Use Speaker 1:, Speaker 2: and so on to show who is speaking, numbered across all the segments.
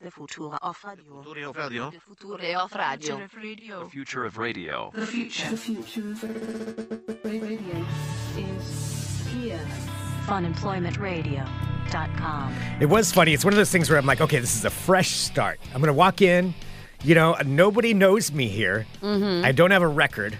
Speaker 1: The future of radio.
Speaker 2: Future of radio.
Speaker 1: The future of radio.
Speaker 2: The future of radio.
Speaker 3: The future.
Speaker 4: The future of radio is here.
Speaker 1: Funemploymentradio.com.
Speaker 5: It was funny. It's one of those things where I'm like, okay, this is a fresh start. I'm going to walk in. You know, nobody knows me here. I don't have a record.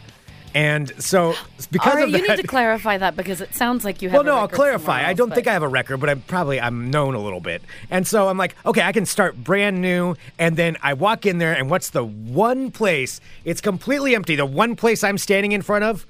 Speaker 5: And so it's because
Speaker 6: Mm-hmm. All right,
Speaker 5: of that.
Speaker 6: you need to clarify that because it sounds like you have.
Speaker 5: well,
Speaker 6: a
Speaker 5: no, I'll
Speaker 6: record
Speaker 5: clarify.
Speaker 6: somewhere
Speaker 5: I
Speaker 6: else,
Speaker 5: don't
Speaker 6: but-
Speaker 5: think I have a record, but I'm probably I'm known a little bit. And so I'm like, okay, I can start brand new. And then I walk in there, and what's the one place? It's completely empty. The one place I'm standing in front of,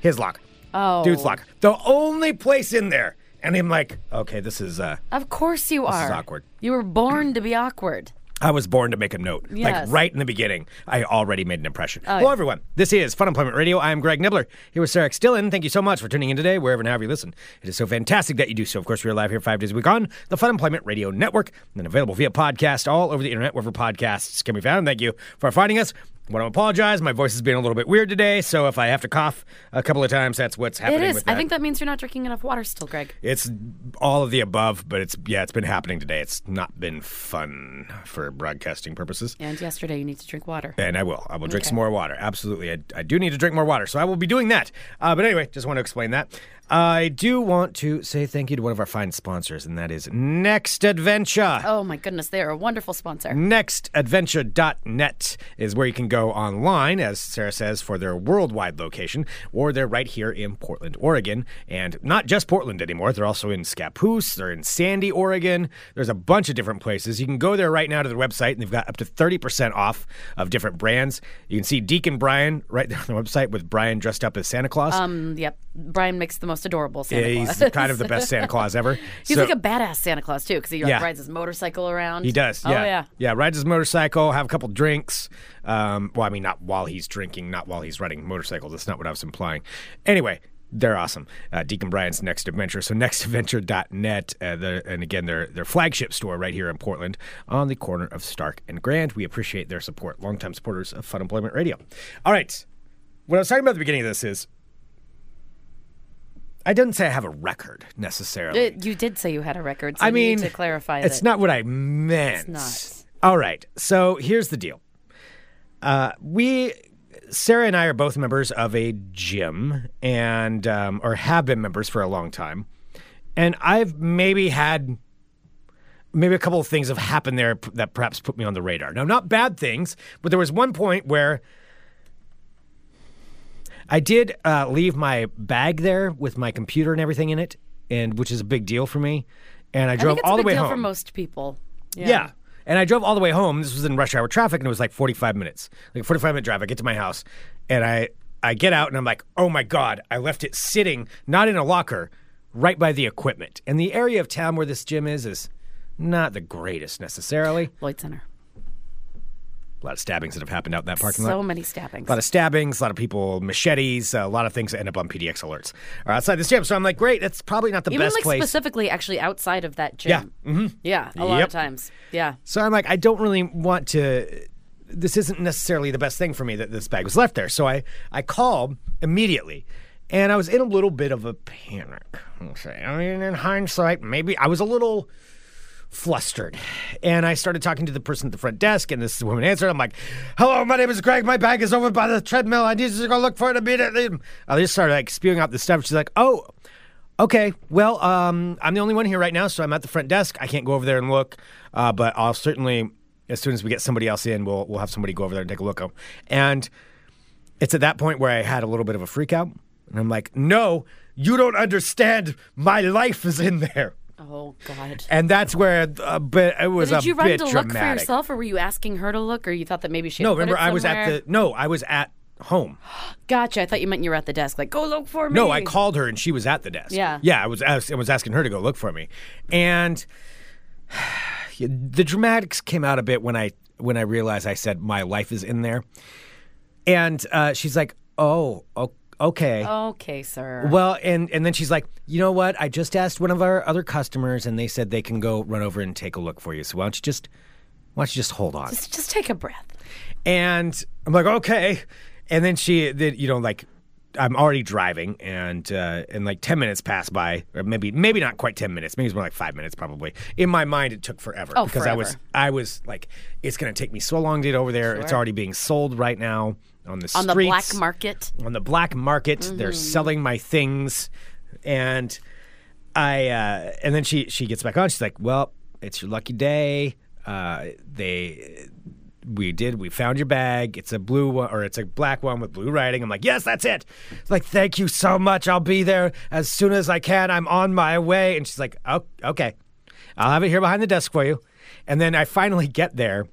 Speaker 5: his locker,
Speaker 6: Oh,
Speaker 5: dude's locker, the only place in there. And I'm like, okay, this is uh,
Speaker 6: Of course you
Speaker 5: is
Speaker 6: are.
Speaker 5: awkward.
Speaker 6: You were born to be awkward.
Speaker 5: I was born to make a note.
Speaker 6: Yes. Oh,
Speaker 5: Like right in the beginning, I already made an impression.
Speaker 6: yeah.
Speaker 5: Hello, everyone. This is Fun Employment Radio. I am Greg Nibbler. Here with Sarah Dillon. Thank you so much for tuning in today, wherever and however you listen. It is so fantastic that you do so. Of course, we are live here five days a week on the Fun Employment Radio Network, and then available via podcast all over the internet, wherever podcasts can be found. Thank you for finding us. want to apologize. My voice has been a little bit weird today, so if I have to cough a couple of times, that's what's happening.
Speaker 6: It is.
Speaker 5: With
Speaker 6: I think that means you're not drinking enough water still, Greg.
Speaker 5: it's all of the above, but it's yeah, it's been happening today. It's not been fun for broadcasting purposes.
Speaker 6: And yesterday you need to drink water.
Speaker 5: And I will. I will drink some more water. Absolutely. I, I do need to drink more water, so I will be doing that. Uh, but anyway, just want to explain that. I do want to say thank you to one of our fine sponsors, and that is Next Adventure.
Speaker 6: Oh my goodness, they are a wonderful
Speaker 5: Mm.
Speaker 6: sponsor.
Speaker 5: Nextadventure.net is where you can go online, as Sarah says, for their worldwide location, or they're right here in Portland, Oregon. And not just Portland anymore, they're also in Scappoose, they're in Sandy, Oregon. There's a bunch of different places. You can go there right now to their website, and they've got up to 30% off of different brands. You can see Deacon Brian right there on the website with Brian dressed up as Santa Claus.
Speaker 6: Mm, yep, Brian makes the most adorable Santa
Speaker 5: He's
Speaker 6: Claus.
Speaker 5: kind of the best Santa Claus ever.
Speaker 6: He's
Speaker 5: So-
Speaker 6: like a badass Santa Claus too, because he like,
Speaker 5: Yeah.
Speaker 6: rides his motorcycle around.
Speaker 5: He does.
Speaker 6: Oh
Speaker 5: yeah.
Speaker 6: yeah.
Speaker 5: Rides his motorcycle, have a couple drinks. Um, well, I mean, not while he's drinking, not while he's riding motorcycles. That's not what I was implying. Anyway. They're awesome. Uh, Deacon Bryant's Next Adventure. So nextadventure.net. Uh, they're- and again, their their flagship store right here in Portland on the corner of Stark and Grand. We appreciate their support. Longtime supporters of Fun Employment Radio. All right. What I was talking about at the beginning of this is I didn't say I have a record necessarily.
Speaker 6: Uh, you did say you had a record. So
Speaker 5: I
Speaker 6: you
Speaker 5: mean,
Speaker 6: need to clarify
Speaker 5: It's
Speaker 6: that.
Speaker 5: not what I meant.
Speaker 6: It's
Speaker 5: All right. So here's the deal. Uh, we, Sarah and I, are both members of a gym, and um, or have been members for a long time. And I've maybe had maybe a couple of things have happened there p- that perhaps put me on the radar. Now, not bad things, but there was one point where I did uh, leave my bag there with my computer and everything in it, and which is a big deal for me. And I
Speaker 6: I
Speaker 5: drove
Speaker 6: think it's
Speaker 5: all
Speaker 6: a big
Speaker 5: the way
Speaker 6: deal
Speaker 5: home.
Speaker 6: for most people.
Speaker 5: Yeah. And I drove all the way home. This was in rush hour traffic, and it was like 45 minutes, like a 45 minute drive. I get to my house, and I I get out, and I'm like, oh my god, I left it sitting not in a locker, right by the equipment. And the area of town where this gym is is not the greatest necessarily.
Speaker 6: Lloyd Center.
Speaker 5: A lot of stabbings that have happened out in that parking lot.
Speaker 6: So many stabbings.
Speaker 5: A lot of stabbings, a lot of people machetes, a lot of things that end up on PDX alerts or outside this gym. So I'm like, great, that's probably not the
Speaker 6: Even
Speaker 5: best
Speaker 6: like
Speaker 5: place.
Speaker 6: specifically, actually outside of that gym. Yeah. Mm-hmm. Yeah. A lot
Speaker 5: Yep.
Speaker 6: of times. Yeah.
Speaker 5: So I'm like, I don't really want to. This isn't necessarily the best thing for me that this bag was left there. So I I called immediately, and I was in a little bit of a panic. I'll say. I mean, in hindsight, maybe I was a little flustered, and I started talking to the person at the front desk, and this woman answered. I'm like, "Hello, my name is Greg. My bag is over by the treadmill. I need you to go look for it immediately." I just started like spewing out this stuff. She's like, "Oh." Okay, well, um, I'm the only one here right now, so I'm at the front desk. I can't go over there and look, uh, but I'll certainly, as soon as we get somebody else in, we'll we'll have somebody go over there and take a look. at 'em. And it's at that point where I had a little bit of a freak out, and I'm like, "No, you don't understand. My life is in there."
Speaker 6: Oh God.
Speaker 5: And that's where a bit it was
Speaker 6: Did
Speaker 5: a
Speaker 6: you run
Speaker 5: bit
Speaker 6: to
Speaker 5: dramatic.
Speaker 6: look for yourself, or were you asking her to look, or you thought that maybe she?
Speaker 5: No,
Speaker 6: had put
Speaker 5: remember
Speaker 6: it
Speaker 5: I was at
Speaker 6: somewhere?
Speaker 5: the no, I was at home.
Speaker 6: Gotcha. I thought you meant you were at the desk. Like, go look for me.
Speaker 5: No, I called her and she was at the desk.
Speaker 6: Yeah.
Speaker 5: Yeah, I was ask, I was asking her to go look for me. And the dramatics came out a bit when I when I realized I said my life is in there. And uh, she's like, "Oh, o- okay."
Speaker 6: Oh. Okay, sir.
Speaker 5: Well, and and then she's like, "You know what? I just asked one of our other customers and they said they can go run over and take a look for you. So why don't you just why don't you just hold on?"
Speaker 6: just, just take a breath.
Speaker 5: And I'm like, okay. And then she, then, you know, like I'm already driving, and uh, and like ten minutes pass by, or maybe maybe not quite ten minutes, maybe it's more like five minutes probably. In my mind, it took forever
Speaker 6: Oh,
Speaker 5: because I was
Speaker 6: forever.
Speaker 5: I was like, it's gonna take me so long to get over there. It's
Speaker 6: Sure.
Speaker 5: already being sold right now on the
Speaker 6: on the black
Speaker 5: streets
Speaker 6: market.
Speaker 5: on the black market. They're selling my things, and I uh, and then she she gets back on. She's like, "Well, it's your lucky day. Uh, they we did we found your bag. It's a blue one or it's a black one with blue writing." I'm like, "Yes, that's it." It's like, "Thank you so much. I'll be there as soon as I can. I'm on my way." And she's like, "Oh, okay. I'll have it here behind the desk for you." And then I finally get there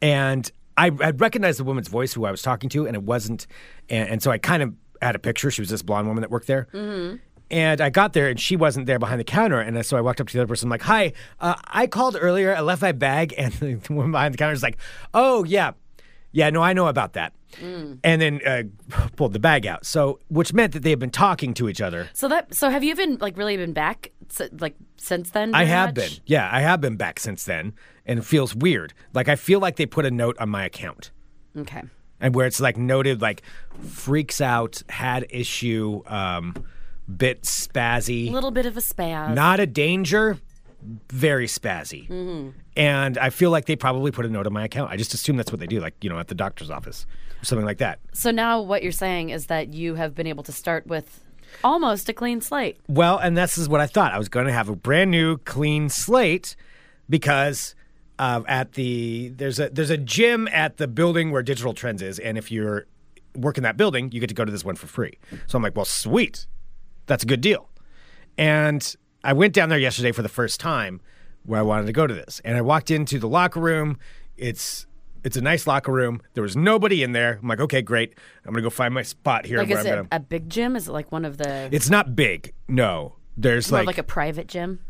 Speaker 5: and I, I recognized the woman's voice who I was talking to, and it wasn't. And, and so I kind of had a picture. She was this blonde woman that worked there. Mm-hmm. And I got there, and she wasn't there behind the counter. And so I walked up to the other person, I'm like, "Hi, uh, I called earlier. I left my bag." And the woman behind the counter is like, "Oh yeah, yeah, no, I know about that."
Speaker 6: Mm.
Speaker 5: And then uh, pulled the bag out. So, which meant that they had been talking to each other.
Speaker 6: So that so have you been like really been back s- like since then?
Speaker 5: I
Speaker 6: very
Speaker 5: have
Speaker 6: much?
Speaker 5: been, yeah, I have been back since then, and it feels weird. Like I feel like they put a note on my account.
Speaker 6: Okay.
Speaker 5: and where it's like noted like freaks out had issue um bit spazzy
Speaker 6: A little bit of a spaz.
Speaker 5: not a danger very spazzy and i feel like they probably put a note on my account i just assume that's what they do like you know at the doctor's office or something like that
Speaker 6: So now what you're saying is that you have been able to start with almost a clean slate.
Speaker 5: well and this is what i thought i was going to have a brand new clean slate because uh, at the there's a there's a gym at the building where digital trends is and if you're working that building you get to go to this one for free so i'm like well sweet that's a good deal. And I went down there yesterday for the first time where I wanted to go to this. And I walked into the locker room. It's it's a nice locker room. There was nobody in there. I'm like, okay, great. I'm gonna go find my spot here.
Speaker 6: Like
Speaker 5: where
Speaker 6: is
Speaker 5: I'm
Speaker 6: it
Speaker 5: gonna...
Speaker 6: a big gym? Is it like one of the
Speaker 5: It's not big. No, there's
Speaker 6: more
Speaker 5: like,
Speaker 6: like a private gym?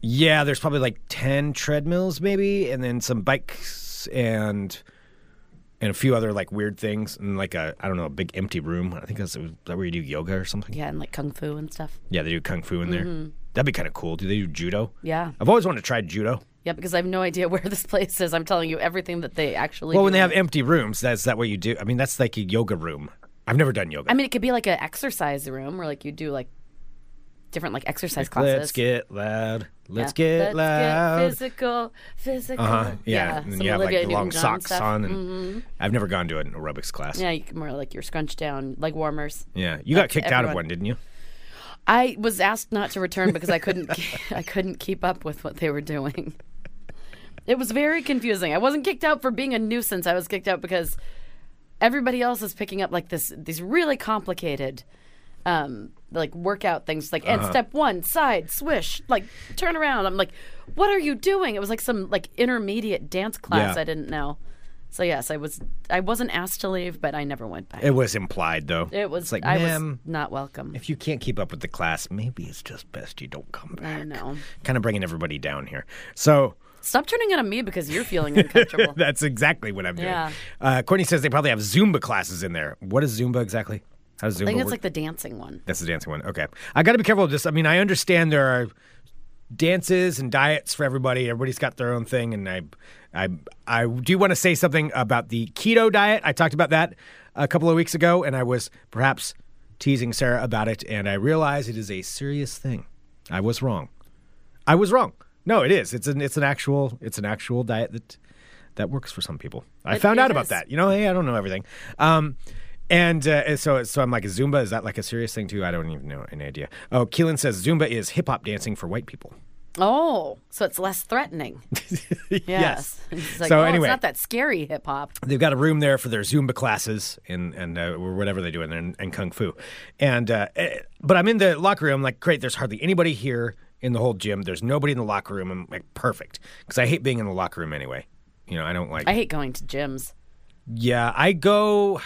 Speaker 5: yeah, there's probably like ten treadmills maybe, and then some bikes and and a few other like weird things, and like a I don't know a big empty room. I think that's is that where you do yoga or something.
Speaker 6: Yeah, and like kung fu and stuff.
Speaker 5: Yeah, they do kung fu in there. That'd be kind of cool. Do they do judo?
Speaker 6: Yeah.
Speaker 5: I've always wanted to try judo.
Speaker 6: Yeah, because I have no idea where this place is. I'm telling you everything that they actually
Speaker 5: Well,
Speaker 6: do.
Speaker 5: when they have empty rooms, that's that what you do. I mean, that's like a yoga room. I've never done yoga.
Speaker 6: I mean, it could be like an exercise room where like you do like different like exercise classes.
Speaker 5: Let's get loud.
Speaker 6: Yeah.
Speaker 5: Let's get
Speaker 6: Let's
Speaker 5: loud.
Speaker 6: physical, physical.
Speaker 5: uh-huh. Yeah. And then
Speaker 6: some
Speaker 5: you have
Speaker 6: Olivia
Speaker 5: like the long
Speaker 6: Newton-John
Speaker 5: socks
Speaker 6: stuff. Mm-hmm.
Speaker 5: on. And I've never gone to an aerobics class.
Speaker 6: Yeah, you can more like your scrunched down leg warmers.
Speaker 5: Yeah. You got
Speaker 6: That's
Speaker 5: kicked out of
Speaker 6: everyone.
Speaker 5: one, didn't you?
Speaker 6: I was asked not to return because I couldn't ke- I couldn't keep up with what they were doing. It was very confusing. I wasn't kicked out for being a nuisance. I was kicked out because everybody else is picking up like this these really complicated um like workout things like
Speaker 5: Uh-huh.
Speaker 6: and step 1 side swish like turn around. I'm like what are you doing? It was like some like intermediate dance class
Speaker 5: Yeah.
Speaker 6: I didn't know. So yes, I was I wasn't asked to leave, but I never went back.
Speaker 5: It was implied, though.
Speaker 6: It was
Speaker 5: It's like,
Speaker 6: I was
Speaker 5: ma'am,
Speaker 6: not welcome.
Speaker 5: if you can't keep up with the class, maybe it's just best you don't come back.
Speaker 6: I know.
Speaker 5: Kind of bringing everybody down here. So.
Speaker 6: Stop turning it on me because you're feeling uncomfortable.
Speaker 5: That's exactly what I'm doing.
Speaker 6: Yeah.
Speaker 5: Uh, Courtney says they probably have Zumba classes in there. What is Zumba exactly? How does Zumba
Speaker 6: I think it's
Speaker 5: work?
Speaker 6: like the dancing one.
Speaker 5: That's the dancing one. Okay. I got to be careful of this. I mean, I understand there are dances and diets for everybody. Everybody's got their own thing. And I, I, I do want to say something about the keto diet. I talked about that a couple of weeks ago, and I was perhaps teasing Sarah about it. And I realize it is a serious thing. I was wrong. I was wrong. No, it is. It's an it's an actual it's an actual diet that that works for some people. I
Speaker 6: It-
Speaker 5: found out
Speaker 6: it
Speaker 5: about
Speaker 6: is.
Speaker 5: that. You know, hey, I don't know everything. Um, and uh, so so I'm like Zumba is that like a serious thing too? I don't even know an idea. Oh, Keelan says Zumba is hip hop dancing for white people.
Speaker 6: Oh, so it's less threatening. Yes. It's like,
Speaker 5: So
Speaker 6: oh,
Speaker 5: anyway.
Speaker 6: it's not that scary hip hop.
Speaker 5: They've got a room there for their Zumba classes and and uh, or whatever they do in there and, and kung fu, and uh, eh, but I'm in the locker room like great. There's hardly anybody here in the whole gym. There's nobody in the locker room. I'm like perfect because I hate being in the locker room anyway. You know I don't like.
Speaker 6: I hate going to gyms.
Speaker 5: yeah, I go.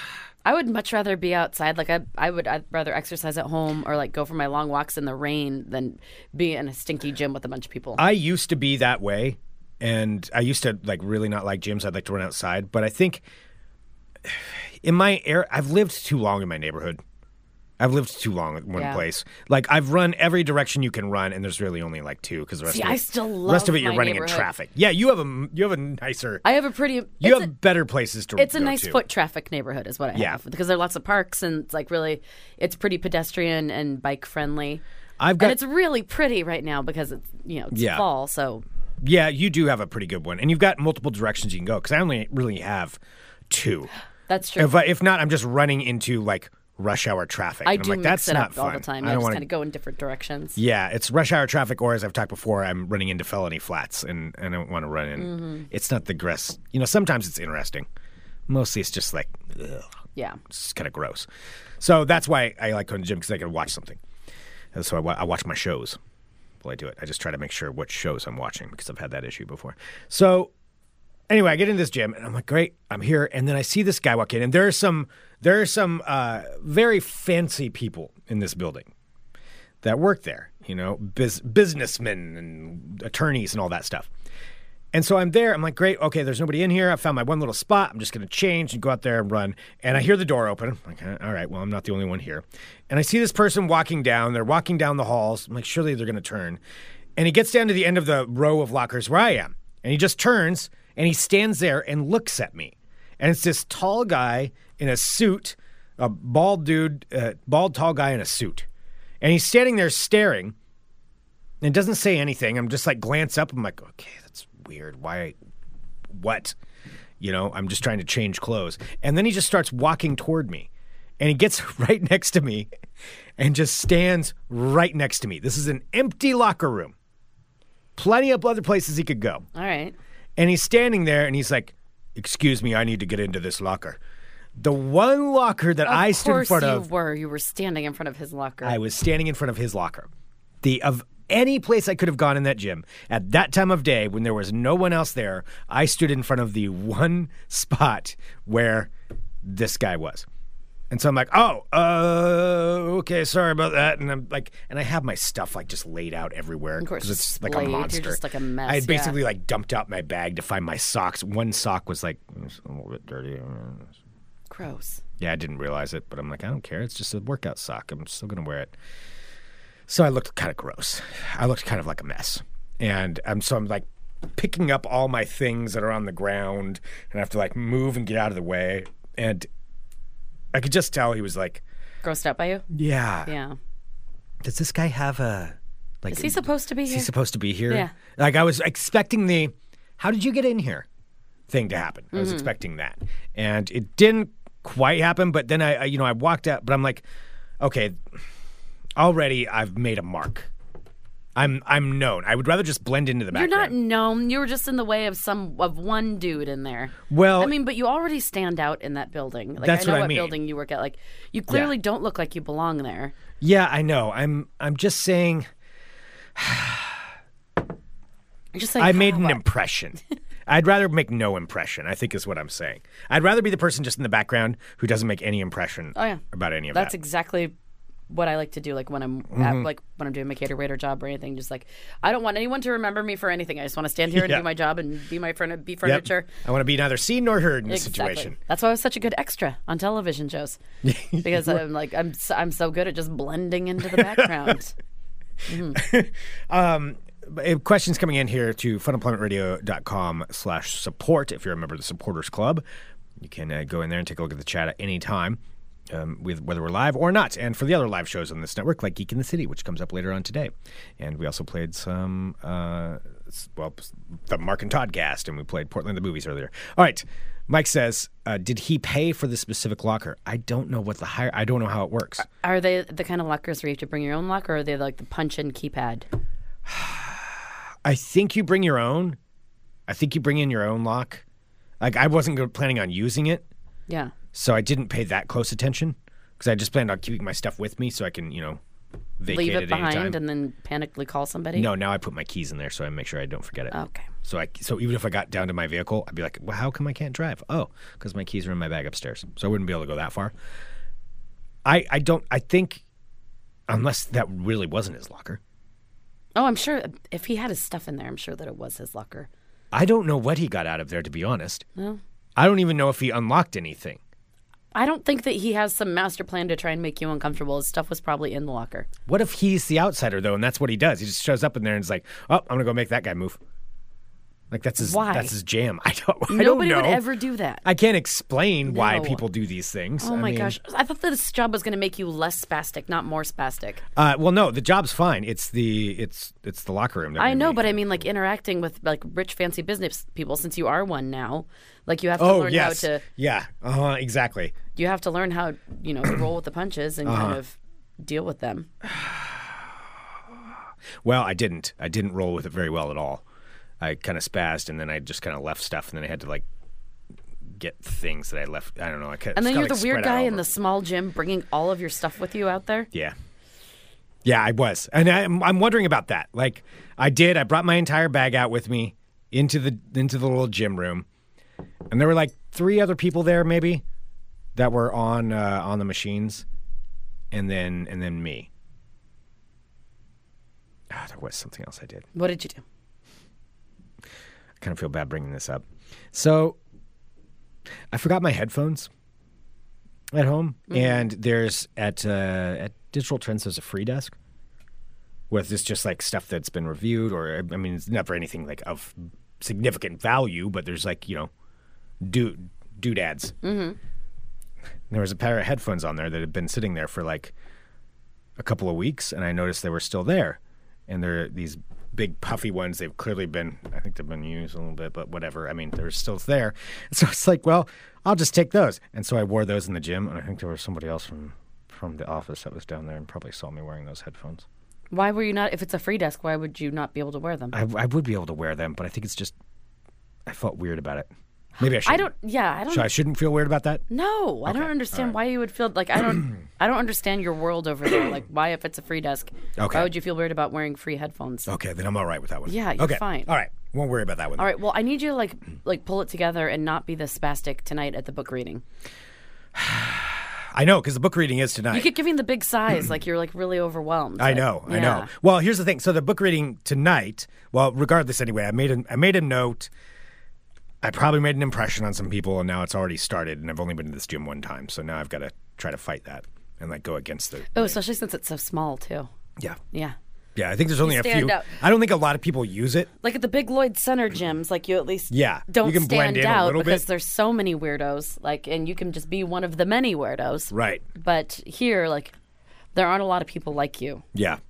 Speaker 6: I would much rather be outside. Like I, I would, I'd rather exercise at home or like go for my long walks in the rain than be in a stinky gym with a bunch of people.
Speaker 5: I used to be that way, and I used to like really not like gyms. I'd like to run outside, but I think in my air, I've lived too long in my neighborhood. I've lived too long at one
Speaker 6: Yeah.
Speaker 5: place. Like I've run every direction you can run, and there's really only like two because the rest
Speaker 6: See,
Speaker 5: of it,
Speaker 6: I still
Speaker 5: rest of
Speaker 6: love
Speaker 5: it you're
Speaker 6: my
Speaker 5: running in
Speaker 6: neighborhood.
Speaker 5: traffic. Yeah, you have a m- you have a nicer.
Speaker 6: I have a pretty.
Speaker 5: you
Speaker 6: it's
Speaker 5: have
Speaker 6: a,
Speaker 5: better places to.
Speaker 6: it's a
Speaker 5: go
Speaker 6: nice
Speaker 5: to.
Speaker 6: foot traffic neighborhood, is what I
Speaker 5: Yeah.
Speaker 6: have, because there are lots of parks and it's like really, it's pretty pedestrian and bike friendly,
Speaker 5: I've
Speaker 6: and
Speaker 5: got
Speaker 6: it's really pretty right now because it's you know it's
Speaker 5: Yeah.
Speaker 6: fall, so
Speaker 5: yeah. You do have a pretty good one, and you've got multiple directions you can go. Because I only really have two.
Speaker 6: that's true.
Speaker 5: If I, if not, I'm just running into like rush hour traffic.
Speaker 6: I
Speaker 5: and I'm
Speaker 6: do
Speaker 5: like,
Speaker 6: mix
Speaker 5: that's
Speaker 6: it
Speaker 5: not
Speaker 6: up
Speaker 5: fun.
Speaker 6: all the time. I,
Speaker 5: I don't
Speaker 6: just
Speaker 5: wanna-
Speaker 6: kind of go in different directions.
Speaker 5: Yeah, it's rush hour traffic, or as I've talked before, I'm running into felony flats, and and I don't want to run in.
Speaker 6: Mm-hmm.
Speaker 5: It's not the grass. You know, sometimes it's interesting. Mostly, it's just like ugh,
Speaker 6: Yeah,
Speaker 5: it's kind of gross. So that's why I like going to the gym because I can watch something. And so I, wa- I watch my shows while I do it. I just try to make sure what shows I'm watching because I've had that issue before. So anyway, I get into this gym and I'm like, great, I'm here. And then I see this guy walk in, and there are some there are some uh, very fancy people in this building that work there. You know, bus businessmen and attorneys and all that stuff. And so I'm there. I'm like, great. Okay, there's nobody in here. I found my one little spot. I'm just going to change and go out there and run. And I hear the door open. I'm like, "Uh, all right, well, I'm not the only one here. And I see this person walking down. They're walking down the halls. I'm like, surely they're going to turn. And he gets down to the end of the row of lockers where I am. And he just turns and he stands there and looks at me. And it's this tall guy in a suit, a bald dude, uh, bald, tall guy in a suit. And he's standing there staring and it doesn't say anything. I'm just like glance up. I'm like, okay, that's weird. Why? What? You know, I'm just trying to change clothes. And then he just starts walking toward me, and he gets right next to me, and just stands right next to me. This is an empty locker room. Plenty of other places he could go.
Speaker 6: all right.
Speaker 5: And he's standing there and he's like, Excuse me, I need to get into this locker. The one locker that I
Speaker 6: of
Speaker 5: stood in
Speaker 6: course
Speaker 5: front
Speaker 6: you
Speaker 5: of
Speaker 6: were. You were standing in front of his locker.
Speaker 5: I was standing in front of his locker. The of any place I could have gone in that gym at that time of day when there was no one else there, I stood in front of the one spot where this guy was. And so I'm like, oh, uh, okay, sorry about that. And I'm like, and I have my stuff like just laid out everywhere
Speaker 6: course,
Speaker 5: because it's like a
Speaker 6: displayed. You're
Speaker 5: monster.
Speaker 6: just like a mess,
Speaker 5: I had
Speaker 6: yeah.
Speaker 5: basically like dumped out my bag to find my socks. One sock was like "It's a little bit dirty.
Speaker 6: Gross.
Speaker 5: Yeah, I didn't realize it, but I'm like, I don't care. It's just a workout sock. I'm still gonna wear it. So I looked kind of gross. I looked kind of like a mess, and um, so I'm like picking up all my things that are on the ground, and I have to like move and get out of the way. And I could just tell he was like,
Speaker 6: Grossed out by you?
Speaker 5: "Yeah,
Speaker 6: Yeah.
Speaker 5: does this guy have a like?
Speaker 6: Is he supposed to be
Speaker 5: is
Speaker 6: here?
Speaker 5: he supposed to be here?
Speaker 6: Yeah.
Speaker 5: Like I was expecting the, how did you get in here, thing to happen. I
Speaker 6: Mm-hmm.
Speaker 5: was expecting that, and it didn't quite happen. But then I, I, you know, I walked out, but I'm like, okay, already I've made a mark. I'm I'm known. I would rather just blend into the
Speaker 6: You're not
Speaker 5: background.
Speaker 6: known. You were just in the way of some of one dude in there.
Speaker 5: Well-
Speaker 6: I mean, but you already stand out in that building. Like I
Speaker 5: That's
Speaker 6: know
Speaker 5: what I
Speaker 6: what
Speaker 5: mean.
Speaker 6: building you work at. Like you clearly don't look like you belong there.
Speaker 5: yeah, I know. I'm I'm just saying
Speaker 6: You're just like
Speaker 5: I made an impression. I'd rather make no impression. I think is what I'm saying. I'd rather be the person just in the background who doesn't make any impression
Speaker 6: Oh, yeah.
Speaker 5: about any of
Speaker 6: That's
Speaker 5: that.
Speaker 6: exactly what I like to do. Like when I'm at,
Speaker 5: Mm-hmm.
Speaker 6: like when I'm doing my caterer job or anything. Just like I don't want anyone to remember me for anything. I just want to stand here and
Speaker 5: Yeah.
Speaker 6: do my job and be my furni- be
Speaker 5: Yep.
Speaker 6: furniture.
Speaker 5: I want to be neither seen nor heard in this
Speaker 6: Exactly.
Speaker 5: situation.
Speaker 6: That's why I was such a good extra on television shows because I'm like I'm so, I'm so good at just blending into the background.
Speaker 5: Uh, questions coming in here to funemploymentradio.com slash support if you're a member of the supporters club you can uh, go in there and take a look at the chat at any time um, with whether we're live or not and for the other live shows on this network like geek in the city which comes up later on today and we also played some uh, s- well s- the mark and todd cast and we played portland the movies earlier all right mike says uh, did he pay for the specific locker i don't know what the hire i don't know how it works
Speaker 6: Are they the kind of lockers where you have to bring your own locker, or are they like the punch-in keypad?
Speaker 5: I think you bring your own. I think you bring in your own lock. Like I wasn't go- planning on using it,
Speaker 6: Yeah.
Speaker 5: so I didn't pay that close attention because I just planned on keeping my stuff with me so I can, you know, vacate
Speaker 6: Leave it
Speaker 5: at any time.
Speaker 6: behind and then panically call somebody?
Speaker 5: no, now I put my keys in there so I make sure I don't forget it.
Speaker 6: Okay.
Speaker 5: So I so even if I got down to my vehicle, I'd be like, well, how come I can't drive? Oh, because my keys are in my bag upstairs, so I wouldn't be able to go that far. I I don't I think unless that really wasn't his locker.
Speaker 6: Oh, I'm sure if he had his stuff in there, I'm sure that it was his locker.
Speaker 5: I don't know what he got out of there, to be honest. I don't even know if he unlocked anything.
Speaker 6: I don't think that he has some master plan to try and make you uncomfortable. His stuff was probably in the locker.
Speaker 5: What if he's the outsider though, and that's what he does? He just shows up in there and is like, "Oh, I'm gonna go make that guy move." Like that's his
Speaker 6: Why?
Speaker 5: that's his jam. I don't. I don't
Speaker 6: Nobody
Speaker 5: know.
Speaker 6: would ever do that.
Speaker 5: I can't explain why
Speaker 6: No.
Speaker 5: people do these things.
Speaker 6: oh
Speaker 5: I
Speaker 6: my
Speaker 5: mean,
Speaker 6: gosh. I thought that this job was going to make you less spastic, not more spastic.
Speaker 5: Uh, well, no, the job's fine. It's the it's it's the locker room. that
Speaker 6: I
Speaker 5: we
Speaker 6: know,
Speaker 5: meet.
Speaker 6: but I mean, like interacting with like rich, fancy business people. Since you are one now, like you have to
Speaker 5: oh
Speaker 6: learn
Speaker 5: yes,
Speaker 6: how to
Speaker 5: yeah, uh-huh, exactly.
Speaker 6: you have to learn how you know to roll with the punches and
Speaker 5: Uh-huh.
Speaker 6: kind of deal with them.
Speaker 5: Well, I didn't. I didn't roll with it very well at all. I kind of spazzed, and then I just kind of left stuff, and then I had to like get things that I left. I don't know. I kinda,
Speaker 6: And then
Speaker 5: it's
Speaker 6: you're the
Speaker 5: kinda, like,
Speaker 6: weird
Speaker 5: spread out
Speaker 6: guy in
Speaker 5: over-
Speaker 6: the small gym bringing all of your stuff with you out there.
Speaker 5: Yeah. Yeah, I was. And I, I'm wondering about that. Like, I did. I brought my entire bag out with me into the into the little gym room, and there were like three other people there, maybe, that were on uh, on the machines, and then and then me. Ah, there was something else I did.
Speaker 6: What did you do?
Speaker 5: I kind of feel bad bringing this up. So, I forgot my headphones at home, and there's at uh, at Digital Trends there's a free desk with this just like stuff that's been reviewed, or I mean, it's never anything like of significant value, but there's like you know, dude doodads. Mm-hmm. There was a pair of headphones on there that had been sitting there for like a couple of weeks, and I noticed they were still there, and they're these big puffy ones. They've clearly been, I think they've been used a little bit, but whatever. I mean, they're still there. So it's like, well, I'll just take those. And so I wore those in the gym, and I think there was somebody else from from the office that was down there and probably saw me wearing those headphones.
Speaker 6: Why were you not? If it's a free desk, why would you not be able to wear them?
Speaker 5: I, I would be able to wear them, but I think it's just I felt weird about it. Maybe I should.
Speaker 6: I don't. Mm. Yeah, I don't.
Speaker 5: So I shouldn't feel weird about that.
Speaker 6: No, I don't understand why you would feel like I don't. I don't understand your world over there. Like, why if it's a free desk,
Speaker 5: Okay. Oh.
Speaker 6: why would you feel weird about wearing free headphones?
Speaker 5: Okay, then I'm all right with that one.
Speaker 6: Yeah, you're
Speaker 5: okay.
Speaker 6: fine.
Speaker 5: All right, won't worry about that one.
Speaker 6: All right. Well, I need you to like like pull it together and not be the spastic tonight at the book reading.
Speaker 5: I know because the book reading is tonight.
Speaker 6: You keep giving the big sighs, like you're like really overwhelmed.
Speaker 5: I
Speaker 6: Like,
Speaker 5: know, I know.
Speaker 6: yeah.
Speaker 5: Well, here's the thing. So the book reading tonight. Well, regardless, anyway, I made an, I made a note. I probably made an impression on some people, and now it's already started. And I've only been to this gym one time, so now I've got to try to fight that and like go against the.
Speaker 6: Oh, especially since it's so small too.
Speaker 5: Yeah,
Speaker 6: Yeah.
Speaker 5: yeah. I think there's only a
Speaker 6: stand
Speaker 5: few.
Speaker 6: out.
Speaker 5: I don't think a lot of people use it.
Speaker 6: Like at the big Lloyd Center gyms, like you at least
Speaker 5: Yeah,
Speaker 6: don't
Speaker 5: you can
Speaker 6: stand
Speaker 5: blend in a
Speaker 6: out
Speaker 5: little
Speaker 6: because
Speaker 5: bit.
Speaker 6: there's so many weirdos. Like, and you can just be one of the many weirdos.
Speaker 5: Right.
Speaker 6: But here, like, there aren't a lot of people like you.
Speaker 5: Yeah.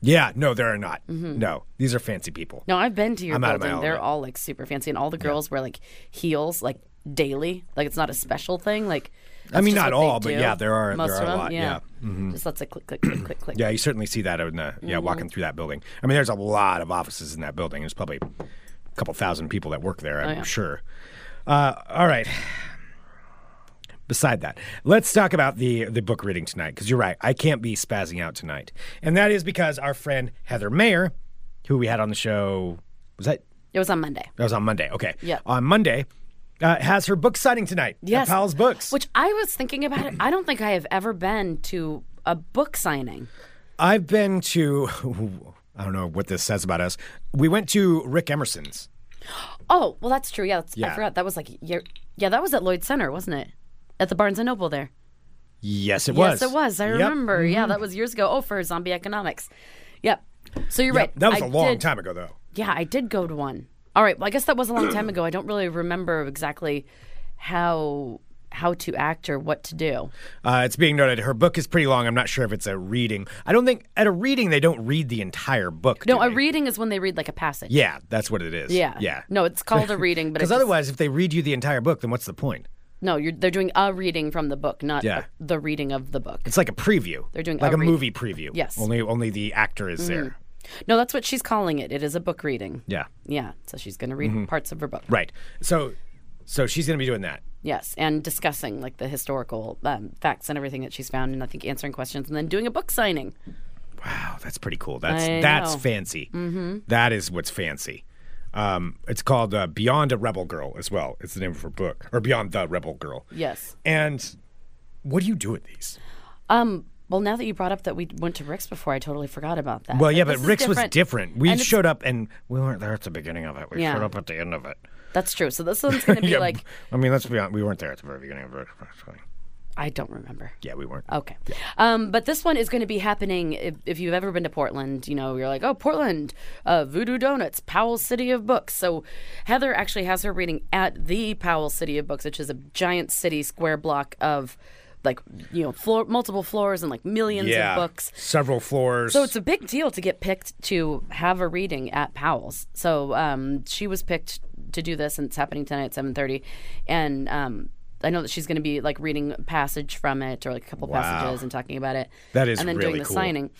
Speaker 5: Yeah. No, there are not.
Speaker 6: Mm-hmm.
Speaker 5: No, these are fancy people.
Speaker 6: No, I've been to your
Speaker 5: I'm out of my
Speaker 6: building. They're
Speaker 5: element.
Speaker 6: all like super fancy, and all the girls wear like heels, like daily. Like it's not a special thing. Like that's
Speaker 5: mean,
Speaker 6: just
Speaker 5: not
Speaker 6: what they
Speaker 5: all, but
Speaker 6: do.
Speaker 5: yeah, there are-
Speaker 6: Most
Speaker 5: there are
Speaker 6: of
Speaker 5: a
Speaker 6: them,
Speaker 5: lot, Mm-hmm.
Speaker 6: Yeah, just lots of click, click, click, click, click.
Speaker 5: Yeah, you certainly see that in the
Speaker 6: Mm-hmm.
Speaker 5: yeah walking through that building. I mean, there's a lot of offices in that building. There's probably a couple thousand people that work there. I'm
Speaker 6: Oh, yeah.
Speaker 5: sure. Uh, all right. Beside that, let's talk about the the book reading tonight because you're right. I can't be spazzing out tonight, and that is because our friend Heather Mayer, who we had on the show, was that
Speaker 6: It was on Monday.
Speaker 5: that was on Monday? Okay.
Speaker 6: Yeah.
Speaker 5: On Monday, uh, has her book signing tonight
Speaker 6: Yes.
Speaker 5: at Powell's Books.
Speaker 6: Which I was thinking about it. I don't think I have ever been to a book signing.
Speaker 5: I've been to, I don't know what this says about us. We went to Rick Emerson's.
Speaker 6: Oh, well, that's true. Yeah, that's,
Speaker 5: Yeah.
Speaker 6: I forgot. That was like year. Yeah, that was at Lloyd Center, wasn't it? At the Barnes and Noble there.
Speaker 5: Yes, it was.
Speaker 6: Yes, it was. I
Speaker 5: Yep. Mm-hmm.
Speaker 6: remember. Yeah, that was years ago. Oh, for zombie economics. Yep. So you're
Speaker 5: Yep.
Speaker 6: right.
Speaker 5: That was
Speaker 6: a
Speaker 5: a long time ago, though.
Speaker 6: Yeah, I did go to one. All right. Well, I guess that was a long time ago. I don't really remember exactly how how to act or what to do.
Speaker 5: Uh, it's being noted her book is pretty long. I'm not sure if it's a reading. I don't think at a reading they don't read the entire book.
Speaker 6: No,
Speaker 5: do
Speaker 6: a
Speaker 5: they?
Speaker 6: reading is when they read like a passage.
Speaker 5: Yeah, that's what it is.
Speaker 6: Yeah.
Speaker 5: yeah.
Speaker 6: No, it's called a reading, but it's
Speaker 5: because otherwise, if they read you the entire book, then what's the point?
Speaker 6: no, you're, they're doing a reading from the book, not
Speaker 5: Yeah.
Speaker 6: a- the reading of the book.
Speaker 5: It's like a preview. They're
Speaker 6: doing
Speaker 5: like
Speaker 6: a
Speaker 5: a,
Speaker 6: reading.
Speaker 5: movie preview.
Speaker 6: Yes. Mm-hmm.
Speaker 5: Only, only the actor is there.
Speaker 6: No, that's what she's calling it. It is a book reading.
Speaker 5: Yeah. Mm-hmm.
Speaker 6: Yeah. So she's going to read parts of her book.
Speaker 5: Right. So, so she's gonna be doing that.
Speaker 6: Yes, and discussing like the historical um, facts and everything that she's found, and I think answering questions, and then doing a book signing.
Speaker 5: Wow, that's pretty cool. That's
Speaker 6: I
Speaker 5: that's
Speaker 6: know.
Speaker 5: fancy. Mm-hmm. is what's fancy. Um, it's called uh, Beyond a Rebel Girl as well. It's the name of her book, or Beyond the Rebel Girl.
Speaker 6: Yes.
Speaker 5: And what do you do with these?
Speaker 6: Um. Well, now that you brought up that we went to Rick's before, I totally forgot about that.
Speaker 5: Well, yeah,
Speaker 6: this
Speaker 5: but
Speaker 6: is
Speaker 5: Rick's was different. We
Speaker 6: and it's-
Speaker 5: showed up and we weren't there at the beginning of it. We
Speaker 6: Yeah.
Speaker 5: showed up at the end of it.
Speaker 6: That's true. So this one's going to be
Speaker 5: Yeah,
Speaker 6: like
Speaker 5: I mean, let's be honest. We weren't there at the very beginning of it.
Speaker 6: I don't remember.
Speaker 5: Yeah, we weren't.
Speaker 6: Okay. Um, but this one is going to be happening if, if you've ever been to Portland. You know, you're like, oh, Portland, uh, Voodoo Donuts, Powell City of Books. So Heather actually has her reading at the Powell City of Books, which is a giant city square block of like, you know, floor, multiple floors and like millions
Speaker 5: yeah.
Speaker 6: of books.
Speaker 5: Several floors.
Speaker 6: So it's a big deal to get picked to have a reading at Powell's. So um, she was picked to do this, and it's happening tonight at seven thirty. And um, I know that she's going to be like reading a passage from it, or like a couple passages, and talking about it.
Speaker 5: That is
Speaker 6: and then
Speaker 5: really
Speaker 6: doing the
Speaker 5: cool.
Speaker 6: signing.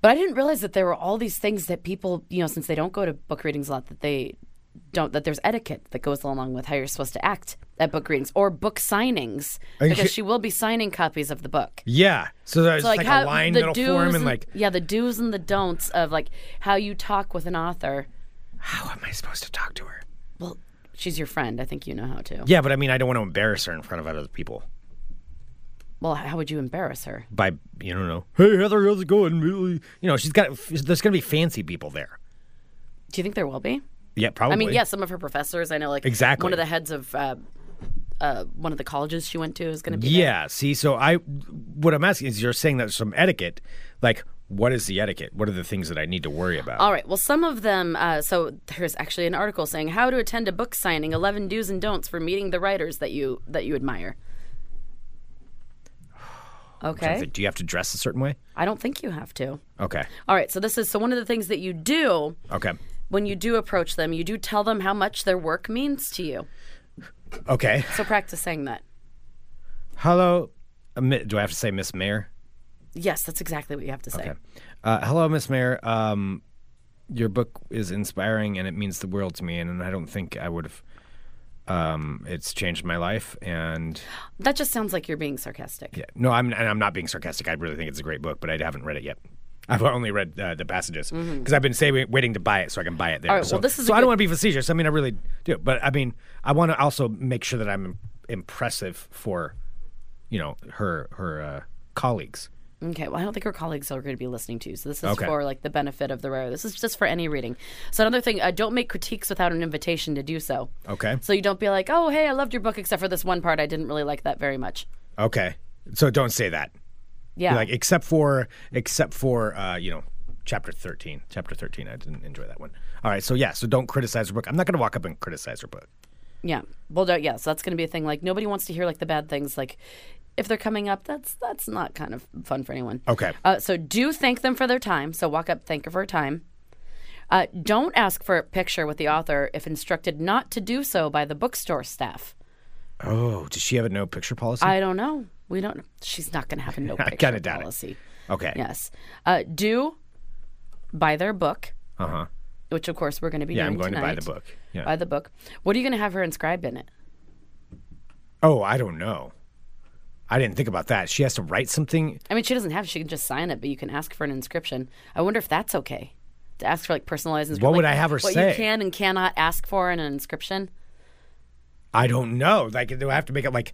Speaker 6: But I didn't realize that there were all these things that people, you know, since they don't go to book readings a lot, that they don't that there's etiquette that goes along with how you're supposed to act at book readings or book signings
Speaker 5: you
Speaker 6: because
Speaker 5: ki-
Speaker 6: she will be signing copies of the book.
Speaker 5: yeah. So there's
Speaker 6: So,
Speaker 5: like,
Speaker 6: how
Speaker 5: a line
Speaker 6: the
Speaker 5: that'll
Speaker 6: do's
Speaker 5: form and like,
Speaker 6: yeah, the do's and the don'ts of like how you talk with an author.
Speaker 5: how am I supposed to talk to her?
Speaker 6: Well, she's your friend. I think you know how to.
Speaker 5: Yeah, but I mean, I don't want to embarrass her in front of other people
Speaker 6: Well, how would you embarrass her?
Speaker 5: by you don't know. Hey Heather, how's it going? Really?" You know, she's got. There's gonna be fancy people there.
Speaker 6: Do you think there will be?
Speaker 5: Yeah, probably.
Speaker 6: I mean, yeah, some of her professors. I know, like
Speaker 5: Exactly.
Speaker 6: one of the heads of uh, uh, one of the colleges she went to is going to be. there.
Speaker 5: Yeah. See, so I, what I'm asking is, you're saying there's some etiquette. Like, what is the etiquette? What are the things that I need to worry about?
Speaker 6: All right. Well, some of them. Uh, so there's actually an article saying how to attend a book signing: eleven do's and don'ts for meeting the writers that you that you admire.
Speaker 5: Something-
Speaker 6: Okay.
Speaker 5: Do you have to dress a certain way?
Speaker 6: I don't think you have to.
Speaker 5: Okay.
Speaker 6: All right. So this is so one of the things that you do
Speaker 5: Okay.
Speaker 6: when you do approach them, you do tell them how much their work means to you.
Speaker 5: Okay.
Speaker 6: So practice saying that.
Speaker 5: Hello. uh, Mi- Do I have to say Miss Mayor?
Speaker 6: Yes, that's exactly what you have to say.
Speaker 5: Uh, hello, Miss Mayor. Um, your book is inspiring and it means the world to me. And, I don't think I would have. Um, it's changed my life. And
Speaker 6: That just sounds like you're being sarcastic.
Speaker 5: yeah, no, I'm and I'm not being sarcastic. I really think it's a great book, but I haven't read it yet. I've only read uh, the passages because I've been saving, waiting to buy it so I can buy it there.
Speaker 6: Mm-hmm. All right,
Speaker 5: so
Speaker 6: well, this is a
Speaker 5: so I
Speaker 6: good-
Speaker 5: don't want to be facetious. I mean, I really do, but I mean, I want to also make sure that I'm im- impressive for, you know, her her uh, colleagues.
Speaker 6: Okay, well, I don't think her colleagues are going to be listening to you. So this is
Speaker 5: Okay.
Speaker 6: for like the benefit of the rare. This is just for any reading. So another thing, uh, don't make critiques without an invitation to do so.
Speaker 5: Okay.
Speaker 6: So you don't be like, oh, hey, I loved your book except for this one part. I didn't really like that very much.
Speaker 5: Okay. So don't say that.
Speaker 6: Yeah.
Speaker 5: Like except for except for uh, you know chapter thirteen. Chapter thirteen. I didn't enjoy that one. All right. So yeah. So don't criticize her book. I'm not going to walk up and criticize her book.
Speaker 6: yeah. Well, don't, yeah. So that's going to be a thing. Like nobody wants to hear like the bad things. Like if they're coming up, that's that's not kind of fun for anyone.
Speaker 5: Okay.
Speaker 6: Uh, so do thank them for their time. So walk up, thank her for her time. Uh, don't ask for a picture with the author if instructed not to do so by the bookstore staff.
Speaker 5: Oh, does she have a no picture policy?
Speaker 6: I don't know. We don't. She's not going to have a no
Speaker 5: I
Speaker 6: picture
Speaker 5: kinda doubt it.
Speaker 6: policy.
Speaker 5: okay.
Speaker 6: Yes. Uh, do buy their book,
Speaker 5: Uh huh.
Speaker 6: which of course we're going to be.
Speaker 5: Yeah,
Speaker 6: doing
Speaker 5: I'm going to buy the
Speaker 6: tonight.
Speaker 5: book. Yeah.
Speaker 6: Buy the book. What are you going to have her inscribed in it?
Speaker 5: oh, I don't know. I didn't think about that. She has to write something.
Speaker 6: I mean, she doesn't have. She can just sign it, but you can ask for an inscription. I wonder if that's okay to ask for like personalized inscription.
Speaker 5: What would
Speaker 6: like,
Speaker 5: I have her
Speaker 6: what
Speaker 5: say?
Speaker 6: you can and cannot ask for in an inscription.
Speaker 5: I don't know. Like, do I have to make it like,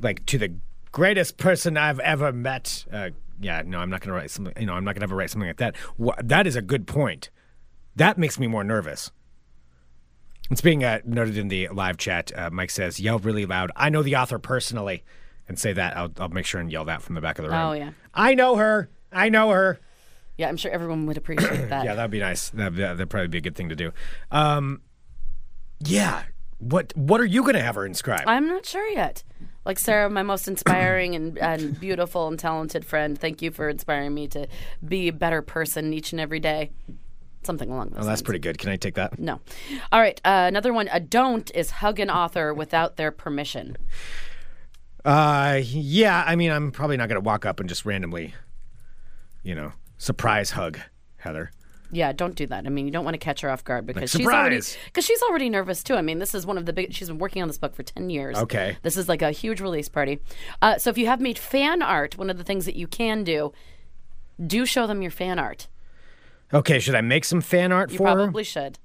Speaker 5: like to the greatest person I've ever met? Uh, yeah. No, I'm not going to write something. You know, I'm not going to ever write something like that. Wha that is a good point. That makes me more nervous. It's being uh, noted in the live chat. Uh, Mike says, "Yell really loud. I know the author personally," and say that. I'll, I'll make sure and yell that from the back of the room.
Speaker 6: Oh, yeah.
Speaker 5: I know her. I know her.
Speaker 6: Yeah, I'm sure everyone would appreciate that.
Speaker 5: Yeah, that'd be nice. That'd, that'd probably be a good thing to do. Um, yeah. What What are you going to have her inscribe?
Speaker 6: I'm not sure yet. Like Sarah, my most inspiring and, and beautiful and talented friend, thank you for inspiring me to be a better person each and every day. Something along those
Speaker 5: well, Oh, that's
Speaker 6: lines.
Speaker 5: pretty good. Can I take that?
Speaker 6: No. All right. Uh, another one. A don't is hug an author without their permission.
Speaker 5: Uh, yeah. I mean, I'm probably not going to walk up and just randomly, you know, surprise hug Heather.
Speaker 6: Yeah, don't do that. I mean, you don't want to catch her off guard because she's already
Speaker 5: surprise!
Speaker 6: because she's already nervous too. I mean, this is one of the big. She's been working on this book for ten years.
Speaker 5: Okay.
Speaker 6: this is like a huge release party. Uh, so if you have made fan art, one of the things that you can do, do show them your fan art.
Speaker 5: Okay. Should I make some fan art
Speaker 6: You
Speaker 5: for
Speaker 6: probably should.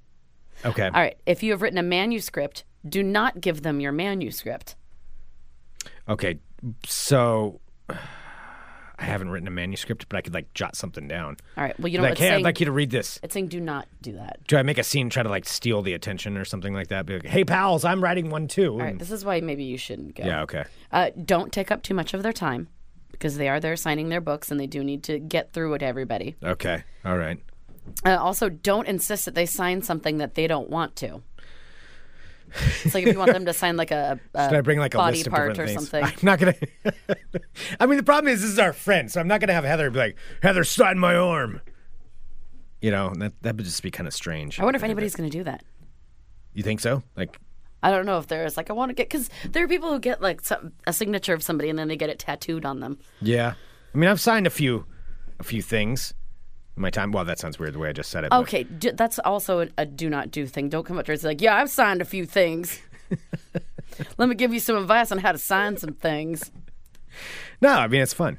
Speaker 5: her? Okay.
Speaker 6: All right. If you have written a manuscript, do not give them your manuscript.
Speaker 5: Okay. So I haven't written a manuscript, but I could like jot something down.
Speaker 6: All right. Well, you know
Speaker 5: like,
Speaker 6: what's
Speaker 5: hey,
Speaker 6: saying?
Speaker 5: I'd like you to read this.
Speaker 6: It's saying do not do that.
Speaker 5: Do I make a scene, try to like steal the attention or something like that? Be like, hey, pals, I'm writing one too.
Speaker 6: All right.
Speaker 5: And-
Speaker 6: This is why maybe you shouldn't go.
Speaker 5: Mm. yeah, okay.
Speaker 6: Uh, don't take up too much of their time because they are there signing their books and they do need to get through it to everybody.
Speaker 5: Okay. All right.
Speaker 6: Uh, also, don't insist that they sign something that they don't want to. It's like if you want them to sign like a, a
Speaker 5: Should I bring like a
Speaker 6: Uh, body
Speaker 5: list of
Speaker 6: part
Speaker 5: different
Speaker 6: or
Speaker 5: things?
Speaker 6: something.
Speaker 5: I'm not gonna. I mean, the problem is this is our friend, so I'm not gonna have Heather be like, "Heather, sign my arm." You know, that that would just be kind of strange.
Speaker 6: I wonder if anybody's going to do that.
Speaker 5: You think so? Like,
Speaker 6: I don't know if there is like I want to get because there are people who get like some, a signature of somebody and then they get it tattooed on them.
Speaker 5: yeah. I mean, I've signed a few, a few things. in My time. Well, that sounds weird the way I just said it. but-
Speaker 6: Okay, d- that's also a, a do not do thing. Don't come up to her and say like, "Yeah, I've signed a few things." Let me give you some advice on how to sign some things.
Speaker 5: No, I mean it's fun.